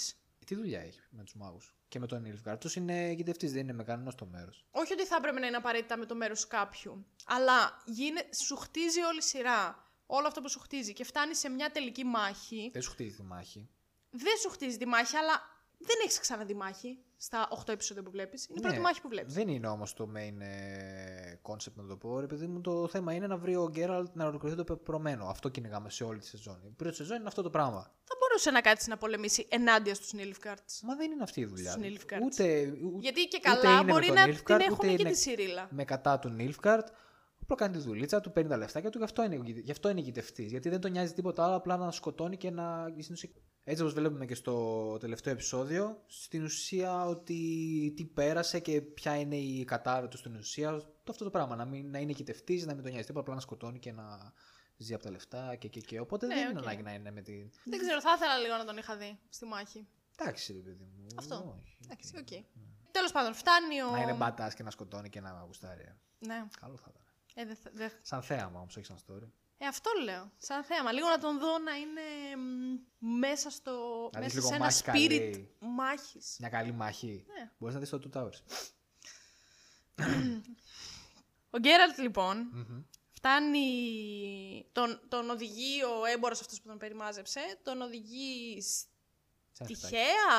S2: Τι δουλειά έχει με τους μάγους και με τον Ιλφγκάρ. Τους είναι γητευτής, δεν είναι με κανένα το μέρος.
S1: Όχι ότι θα έπρεπε να είναι απαραίτητα με το μέρος κάποιου, αλλά γίνε, σου χτίζει όλη η σειρά. Όλο αυτό που σου χτίζει και φτάνει σε μια τελική μάχη.
S2: Δεν σου χτίζει τη μάχη.
S1: Δεν σου χτίζει τη μάχη, αλλά δεν έχεις ξανά τη μάχη στα 8 επεισόδια που βλέπεις. Είναι η πρώτη
S2: Ναι.
S1: μάχη που βλέπεις.
S2: Δεν είναι όμως το main ε, concept να το πω. Ρε παιδί μου, το θέμα είναι να βρει ο Γκέραλτ να ολοκληρωθεί το πεπρωμένο. Αυτό κυνηγάμε σε όλη τη σεζόν. Η πρώτη σεζόν είναι αυτό το πράγμα.
S1: Θα μπορούσε να κάτσει να πολεμήσει ενάντια στους Νίλφκαρτ.
S2: Μα δεν είναι αυτή η δουλειά.
S1: Στους
S2: του.
S1: Nilfgaards.
S2: Ούτε, ούτε
S1: Γιατί και
S2: ούτε
S1: καλά
S2: είναι με
S1: μπορεί
S2: τον
S1: να
S2: Nilfgaard,
S1: την έχουν
S2: ούτε
S1: και
S2: είναι
S1: τη Σιρίλα.
S2: Με κατά του Νίλφκαρτ. Απλά κάνει τη δουλίτσα του, παίρνει τα λεφτάκια του, γι' αυτό είναι, γι' αυτό είναι γητευτής. Γιατί δεν τον νοιάζει τίποτα άλλο, απλά να σκοτώνει και να. στην ουσία- Έτσι όπως βλέπουμε και στο τελευταίο επεισόδιο, στην ουσία ότι τι πέρασε και ποια είναι η κατάρα του στην ουσία. Το αυτό το πράγμα. Να, μην, να είναι γητευτής, να μην τον νοιάζει τίποτα, απλά να σκοτώνει και να ζει από τα λεφτά και, και, και. Οπότε
S1: Ναι,
S2: δεν είναι
S1: οκ.
S2: ανάγκη να είναι με την.
S1: Δεν ξέρω, θα ήθελα λίγο να τον είχα δει στη μάχη.
S2: Εντάξει, ρε παιδί μου.
S1: Αυτό.
S2: όχι,
S1: Εντάξει, οκ. Τέλος πάντων, φτάνει ο.
S2: Να Ναι. είναι μπατάς και να σκοτώνει και να γουστάρει.
S1: Ναι,
S2: Καλό θα ήταν.
S1: ε, δε, θα- δε-
S2: Σαν θέαμα όμως, όχι σαν story.
S1: ε, αυτό λέω. Σαν θέαμα. Λίγο να τον δω να είναι μ, μέσα στο.
S2: Να δεις
S1: μέσα σε
S2: λίγο
S1: ένα
S2: μάχη
S1: spirit
S2: καλή.
S1: μάχης.
S2: Μια καλή μάχη.
S1: Ναι.
S2: Μπορείς να δεις το Two Towers.
S1: Ο Γκέραλτ λοιπόν
S2: Μμμ.
S1: φτάνει. Τον, τον οδηγεί ο έμπορο αυτός που τον περιμάζεψε, τον οδηγεί σ-
S2: Σαν σπιτάκι.
S1: τυχαία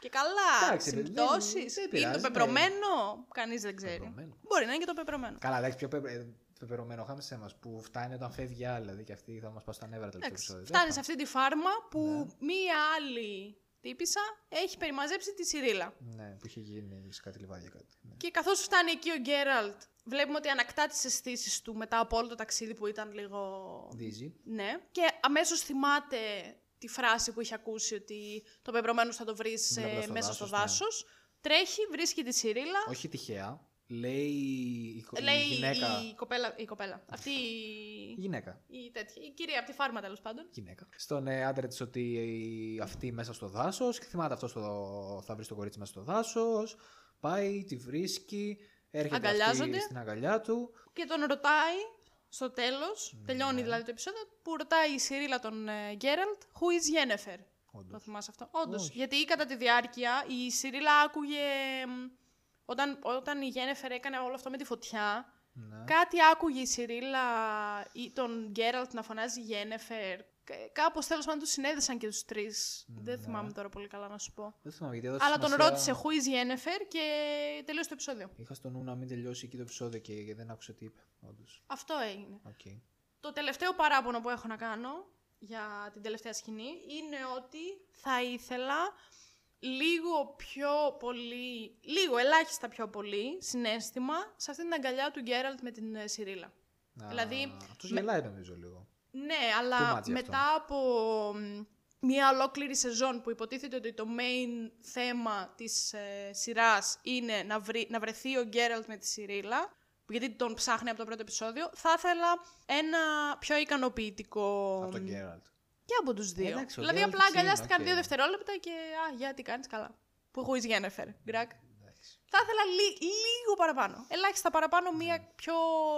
S1: και καλά.
S2: Εντάξει, ρε, δεν-
S1: Συμπτώσεις.
S2: δεν
S1: Είναι το
S2: πειράζει, ναι.
S1: πεπρωμένο. Κανείς δεν ξέρει.
S2: Πεπρωμένο.
S1: Μπορεί να είναι και το πεπρωμένο.
S2: Καλά, εντάξει, πιο πεπε- ε, πεπερωμένο χάμισε μα που φτάνει όταν φεύγει η άλλη. Δηλαδή και αυτή θα μας πάω στα νεύρα τελευταίο
S1: Εντάξει,
S2: επεισόδιο.
S1: φτάνει σε αυτή τη φάρμα που
S2: Ναι.
S1: μία άλλη τύπησα έχει περιμαζέψει τη Σιρίλα.
S2: Ναι, που είχε γίνει σε κάτι λιβάδια κάτι. Ναι.
S1: Και καθώς φτάνει εκεί ο Γκέραλτ, βλέπουμε ότι ανακτά τις αισθήσεις του μετά από όλο το ταξίδι που ήταν λίγο.
S2: Δίζει.
S1: Ναι. Και αμέσως θυμάται τη φράση που είχε ακούσει ότι το πεπρωμένο θα το βρεις
S2: Βλέποντας το
S1: μέσα στο
S2: δάσος,
S1: δάσο.
S2: ναι.
S1: Τρέχει, βρίσκει τη Σιρίλα.
S2: Όχι τυχαία. Λέει η, κο- η
S1: Λέει
S2: γυναίκα.
S1: η κοπέλα. Η κοπέλα. Αυτή η,
S2: Η γυναίκα.
S1: η τέτοια. Η κυρία από τη φάρμα τέλος πάντων.
S2: γυναίκα. Στον ε, άντρα της ότι ε, αυτή μέσα στο δάσος. Και θυμάται αυτό στο, θα βρει το κορίτσι μέσα στο δάσος. Πάει, τη βρίσκει. Έρχεται
S1: Αγκαλιάζονται.
S2: αυτή στην αγκαλιά του.
S1: Και τον ρωτάει στο τέλος, τελειώνει
S2: Ναι.
S1: δηλαδή το επεισόδιο, που ρωτάει η Σιρίλα τον ε, Γκέραλτ, Who is Jennifer. Το
S2: Όντως.
S1: θυμάσαι αυτό. Όντως.
S2: Όχι.
S1: Γιατί κατά τη διάρκεια η Σιρίλα άκουγε. μ, Όταν, όταν η Γένεφερ έκανε όλο αυτό με τη φωτιά,
S2: Ναι.
S1: κάτι άκουγε η Σιρίλα ή τον Γκέραλτ να φωνάζει Γένεφερ. Κάπως τέλος πάντων τους συνέδεσαν και τους τρεις. Δεν
S2: Ναι.
S1: θυμάμαι τώρα πολύ καλά να σου πω.
S2: Δεν θυμάμαι γιατί έδωσε
S1: Αλλά τον
S2: σημασία-
S1: ρώτησε Who is Jennifer και τελείωσε το επεισόδιο.
S2: Είχα στο νου να μην τελειώσει εκεί το επεισόδιο και και δεν άκουσα τι είπε. Όντως.
S1: Αυτό έγινε.
S2: Οκ.
S1: Το τελευταίο παράπονο που έχω να κάνω για την τελευταία σκηνή είναι ότι θα ήθελα λίγο πιο πολύ, λίγο ελάχιστα πιο πολύ συνέστημα σε αυτή την αγκαλιά του Γκέραλτ με την ε, Σιρίλα.
S2: Να-
S1: Δηλαδή,
S2: Αυτός
S1: με-
S2: γελάει νομίζω λίγο.
S1: Ναι,
S2: Too much
S1: αλλά
S2: αυτό.
S1: μετά από μ, μια ολόκληρη σεζόν που υποτίθεται ότι το main θέμα της ε, σειράς είναι να, βρει, να βρεθεί ο Γκέραλτ με τη Σιρίλα, γιατί τον ψάχνει από το πρώτο επεισόδιο, θα ήθελα ένα πιο ικανοποιητικό...
S2: Από τον Γκέραλτ.
S1: Και από τους δύο.
S2: Εντάξει, ο
S1: δηλαδή,
S2: Geralt
S1: απλά
S2: έτσι
S1: αγκαλιάστηκαν
S2: είναι, οκ.
S1: δύο δευτερόλεπτα και. Α, για τι κάνεις καλά. Που έχω εις Γένεφερ. Γκρακ.
S2: Εντάξει.
S1: Θα ήθελα λι- λίγο παραπάνω. Ελάχιστα παραπάνω, μία πιο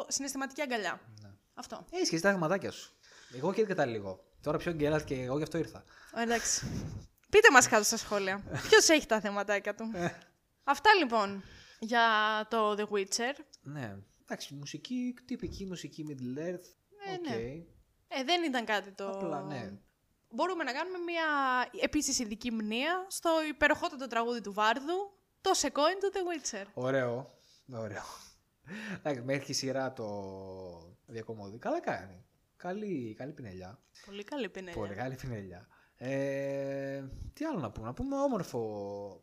S1: συναισθηματική αγκαλιά.
S2: Ναι.
S1: Αυτό.
S2: Έχεις και τα χρηματάκια σου. Εγώ και κατά λίγο. Τώρα πιο Γκέραλτ και εγώ γι' αυτό ήρθα.
S1: Ω, Εντάξει. Ε. Πείτε μας κάτω στα σχόλια. Ποιος έχει τα θεματάκια του. Αυτά λοιπόν. για το The Witcher.
S2: Ναι. Εντάξει, μουσική, τυπική μουσική Middle Earth.
S1: Ε,
S2: Οκ.
S1: ναι. Ε, δεν ήταν κάτι το...
S2: Απλά, ναι.
S1: Μπορούμε να κάνουμε μια επίσης ειδική μνήα στο υπεροχότατο τραγούδι του Βάρδου, το Secoin του The Witcher.
S2: Ωραίο. Ωραίο. Εντάξει, με έρχει η σειρά το διακομόδι. Καλά κάνει. Καλή, καλή πινελιά.
S1: Πολύ καλή πινέλια.
S2: Πολύ καλή πινελιά. Ε, τι άλλο να πούμε. Να πούμε όμορφο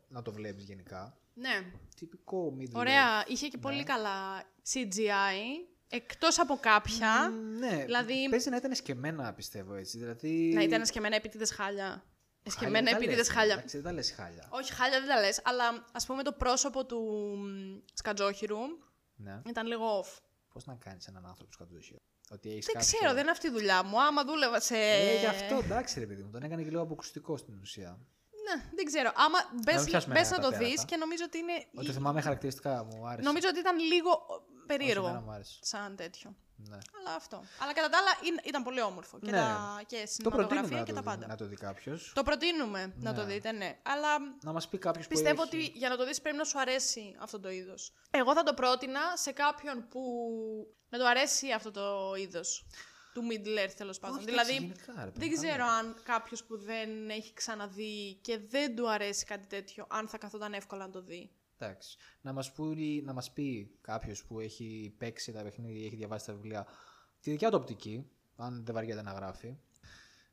S2: να το βλέπεις γενικά.
S1: Ναι,
S2: Τυπικό middle
S1: ωραία. Είχε και πολύ
S2: Ναι.
S1: καλά CGI, εκτός από κάποια.
S2: Μ, Ναι,
S1: Δηλαδή-
S2: παίζει να ήταν σκεμμένα πιστεύω έτσι. Δηλαδή...
S1: Να ήταν σκεμμένα επίτηδες χάλια.
S2: Χάλια
S1: Σκεμμένα
S2: δεν τα λες,
S1: επίτηδες χάλια.
S2: Εντάξει, δεν τα λες χάλια.
S1: Όχι, χάλια δεν τα λες, αλλά ας πούμε το πρόσωπο του μ, Σκατζόχυρου
S2: Ναι.
S1: ήταν λίγο off.
S2: Πώς να κάνεις έναν άνθρωπο σκατζούσιο. Ότι έχεις
S1: Δεν
S2: κάποιο-
S1: ξέρω, δεν είναι αυτή η δουλειά μου. Άμα δούλευα σε.
S2: Ε, γι' αυτό εντάξει ρε παιδί μου, τον έκανε και λίγο αποκουστικό στην ουσία.
S1: Ναι, δεν ξέρω. Άμα
S2: μην
S1: μπες,
S2: πιάσουμε
S1: μπες
S2: ένα
S1: να το
S2: τα
S1: δεις
S2: πέρατα.
S1: και νομίζω ότι είναι.
S2: Ότι θυμάμαι χαρακτηριστικά μου άρεσε.
S1: Νομίζω ότι ήταν λίγο
S2: Όχι, εμένα
S1: περίεργο
S2: μου άρεσε.
S1: σαν τέτοιο.
S2: Ναι.
S1: Αλλά αυτό. Αλλά κατά τα άλλα είναι- ήταν πολύ όμορφο. Και,
S2: Ναι.
S1: τα... και
S2: Το προτείνουμε
S1: cinematογραφία
S2: να
S1: και τα
S2: το, δει,
S1: πάντα.
S2: να το δει κάποιος.
S1: Το προτείνουμε να
S2: Ναι.
S1: το δείτε, ναι. Αλλά
S2: Να μας πει κάποιος
S1: πιστεύω
S2: που έχει...
S1: ότι για να το δεις πρέπει να σου αρέσει αυτό το είδος. Εγώ θα το πρότεινα σε κάποιον που να του αρέσει αυτό το είδος του Middle Earth τέλος πάντων.
S2: Όχι, εντάξει,
S1: δηλαδή,
S2: γενικά, ρε παιδί
S1: δεν
S2: μου,
S1: ξέρω
S2: καλά.
S1: αν κάποιος που δεν έχει ξαναδεί και δεν του αρέσει κάτι τέτοιο, αν θα καθόταν εύκολα να το δει.
S2: Εντάξει. Να μας, πει, να μας πει κάποιος που έχει παίξει τα παιχνίδια, έχει διαβάσει τα βιβλία, τη δικιά του οπτική, αν δεν βαριέται να γράφει,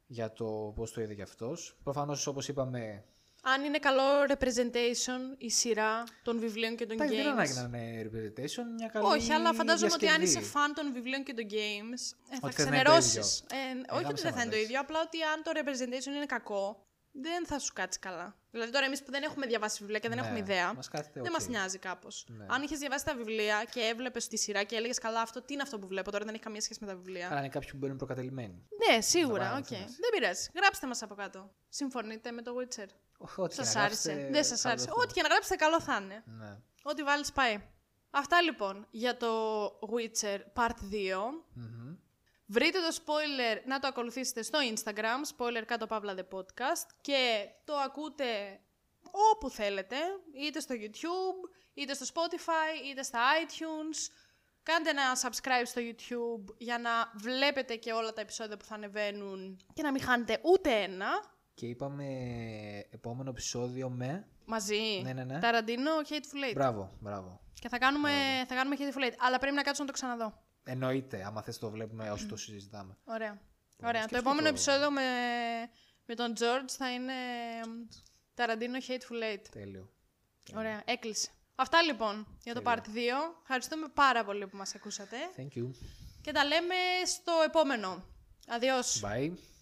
S2: για το πώς το είδε κι αυτός. Προφανώς, όπως είπαμε,
S1: Αν είναι καλό representation η σειρά των βιβλίων και των
S2: εντάξει, δεν ανάγκη να
S1: games.
S2: είναι representation, μια καλή
S1: Όχι, αλλά φαντάζομαι ότι αν
S2: διασκευή.
S1: είσαι φαν των βιβλίων και των games, ε, θα
S2: Ότι θες να είναι το
S1: ξενερώσεις. Ε, όχι
S2: γάμισε
S1: ότι δεν
S2: να
S1: θα είναι το
S2: δεις.
S1: ίδιο, απλά ότι αν το representation είναι κακό, δεν θα σου κάτσει καλά. Δηλαδή τώρα εμείς που δεν έχουμε διαβάσει βιβλία και δεν
S2: Ναι,
S1: έχουμε ιδέα,
S2: μας κάθεται
S1: δεν
S2: οκ.
S1: μας νοιάζει κάπως.
S2: Ναι.
S1: Αν είχες διαβάσει τα βιβλία και έβλεπες τη σειρά και έλεγες Καλά, αυτό τι είναι αυτό που βλέπω τώρα, δεν έχει καμία σχέση με τα βιβλία.
S2: Αλλά είναι κάποιοι που μπαίνουν προκατελημένοι.
S1: Ναι, σίγουρα.
S2: βάλω
S1: οκ.
S2: θέμες.
S1: Δεν πειράζει. Γράψτε μας από κάτω. Συμφωνείτε με το Witcher.
S2: Ό,τι και
S1: Σας
S2: να
S1: άρεσε.
S2: γράψετε,
S1: Δεν σας
S2: καλό
S1: άρεσε.
S2: θα
S1: Ό,τι και να γράψετε, καλό θα είναι.
S2: είναι. Ναι.
S1: Ό,τι βάλεις πάει. Αυτά λοιπόν για το Witcher Part 2.
S2: Μμμ.
S1: Βρείτε το spoiler να το ακολουθήσετε στο Instagram, spoiler κάτω παύλα the podcast και το ακούτε όπου θέλετε, είτε στο YouTube, είτε στο Spotify, είτε στα iTunes. Κάντε ένα subscribe στο YouTube για να βλέπετε και όλα τα επεισόδια που θα ανεβαίνουν και να μην χάνετε ούτε ένα.
S2: Και είπαμε επόμενο επεισόδιο με.
S1: Μαζί.
S2: Ναι, ναι, ναι.
S1: Ταραντίνο, Hateful Eight.
S2: Μπράβο, μπράβο.
S1: Και θα κάνουμε, θα κάνουμε Hateful Eight. Αλλά πρέπει να κάτσω να το ξαναδώ.
S2: Εννοείται, άμα θες το βλέπουμε όσο το συζητάμε.
S1: Ωραία. Ωραία. Το
S2: σκεφτεί
S1: επόμενο
S2: το.
S1: επεισόδιο με, με τον George θα είναι μ, Ταραντίνο Hateful Eight.
S2: Τέλειο.
S1: Ωραία. Έκλεισε. Αυτά λοιπόν για το Part 2. Ευχαριστούμε πάρα πολύ που μας ακούσατε
S2: Thank you.
S1: και τα λέμε στο επόμενο. Adios.
S2: Bye.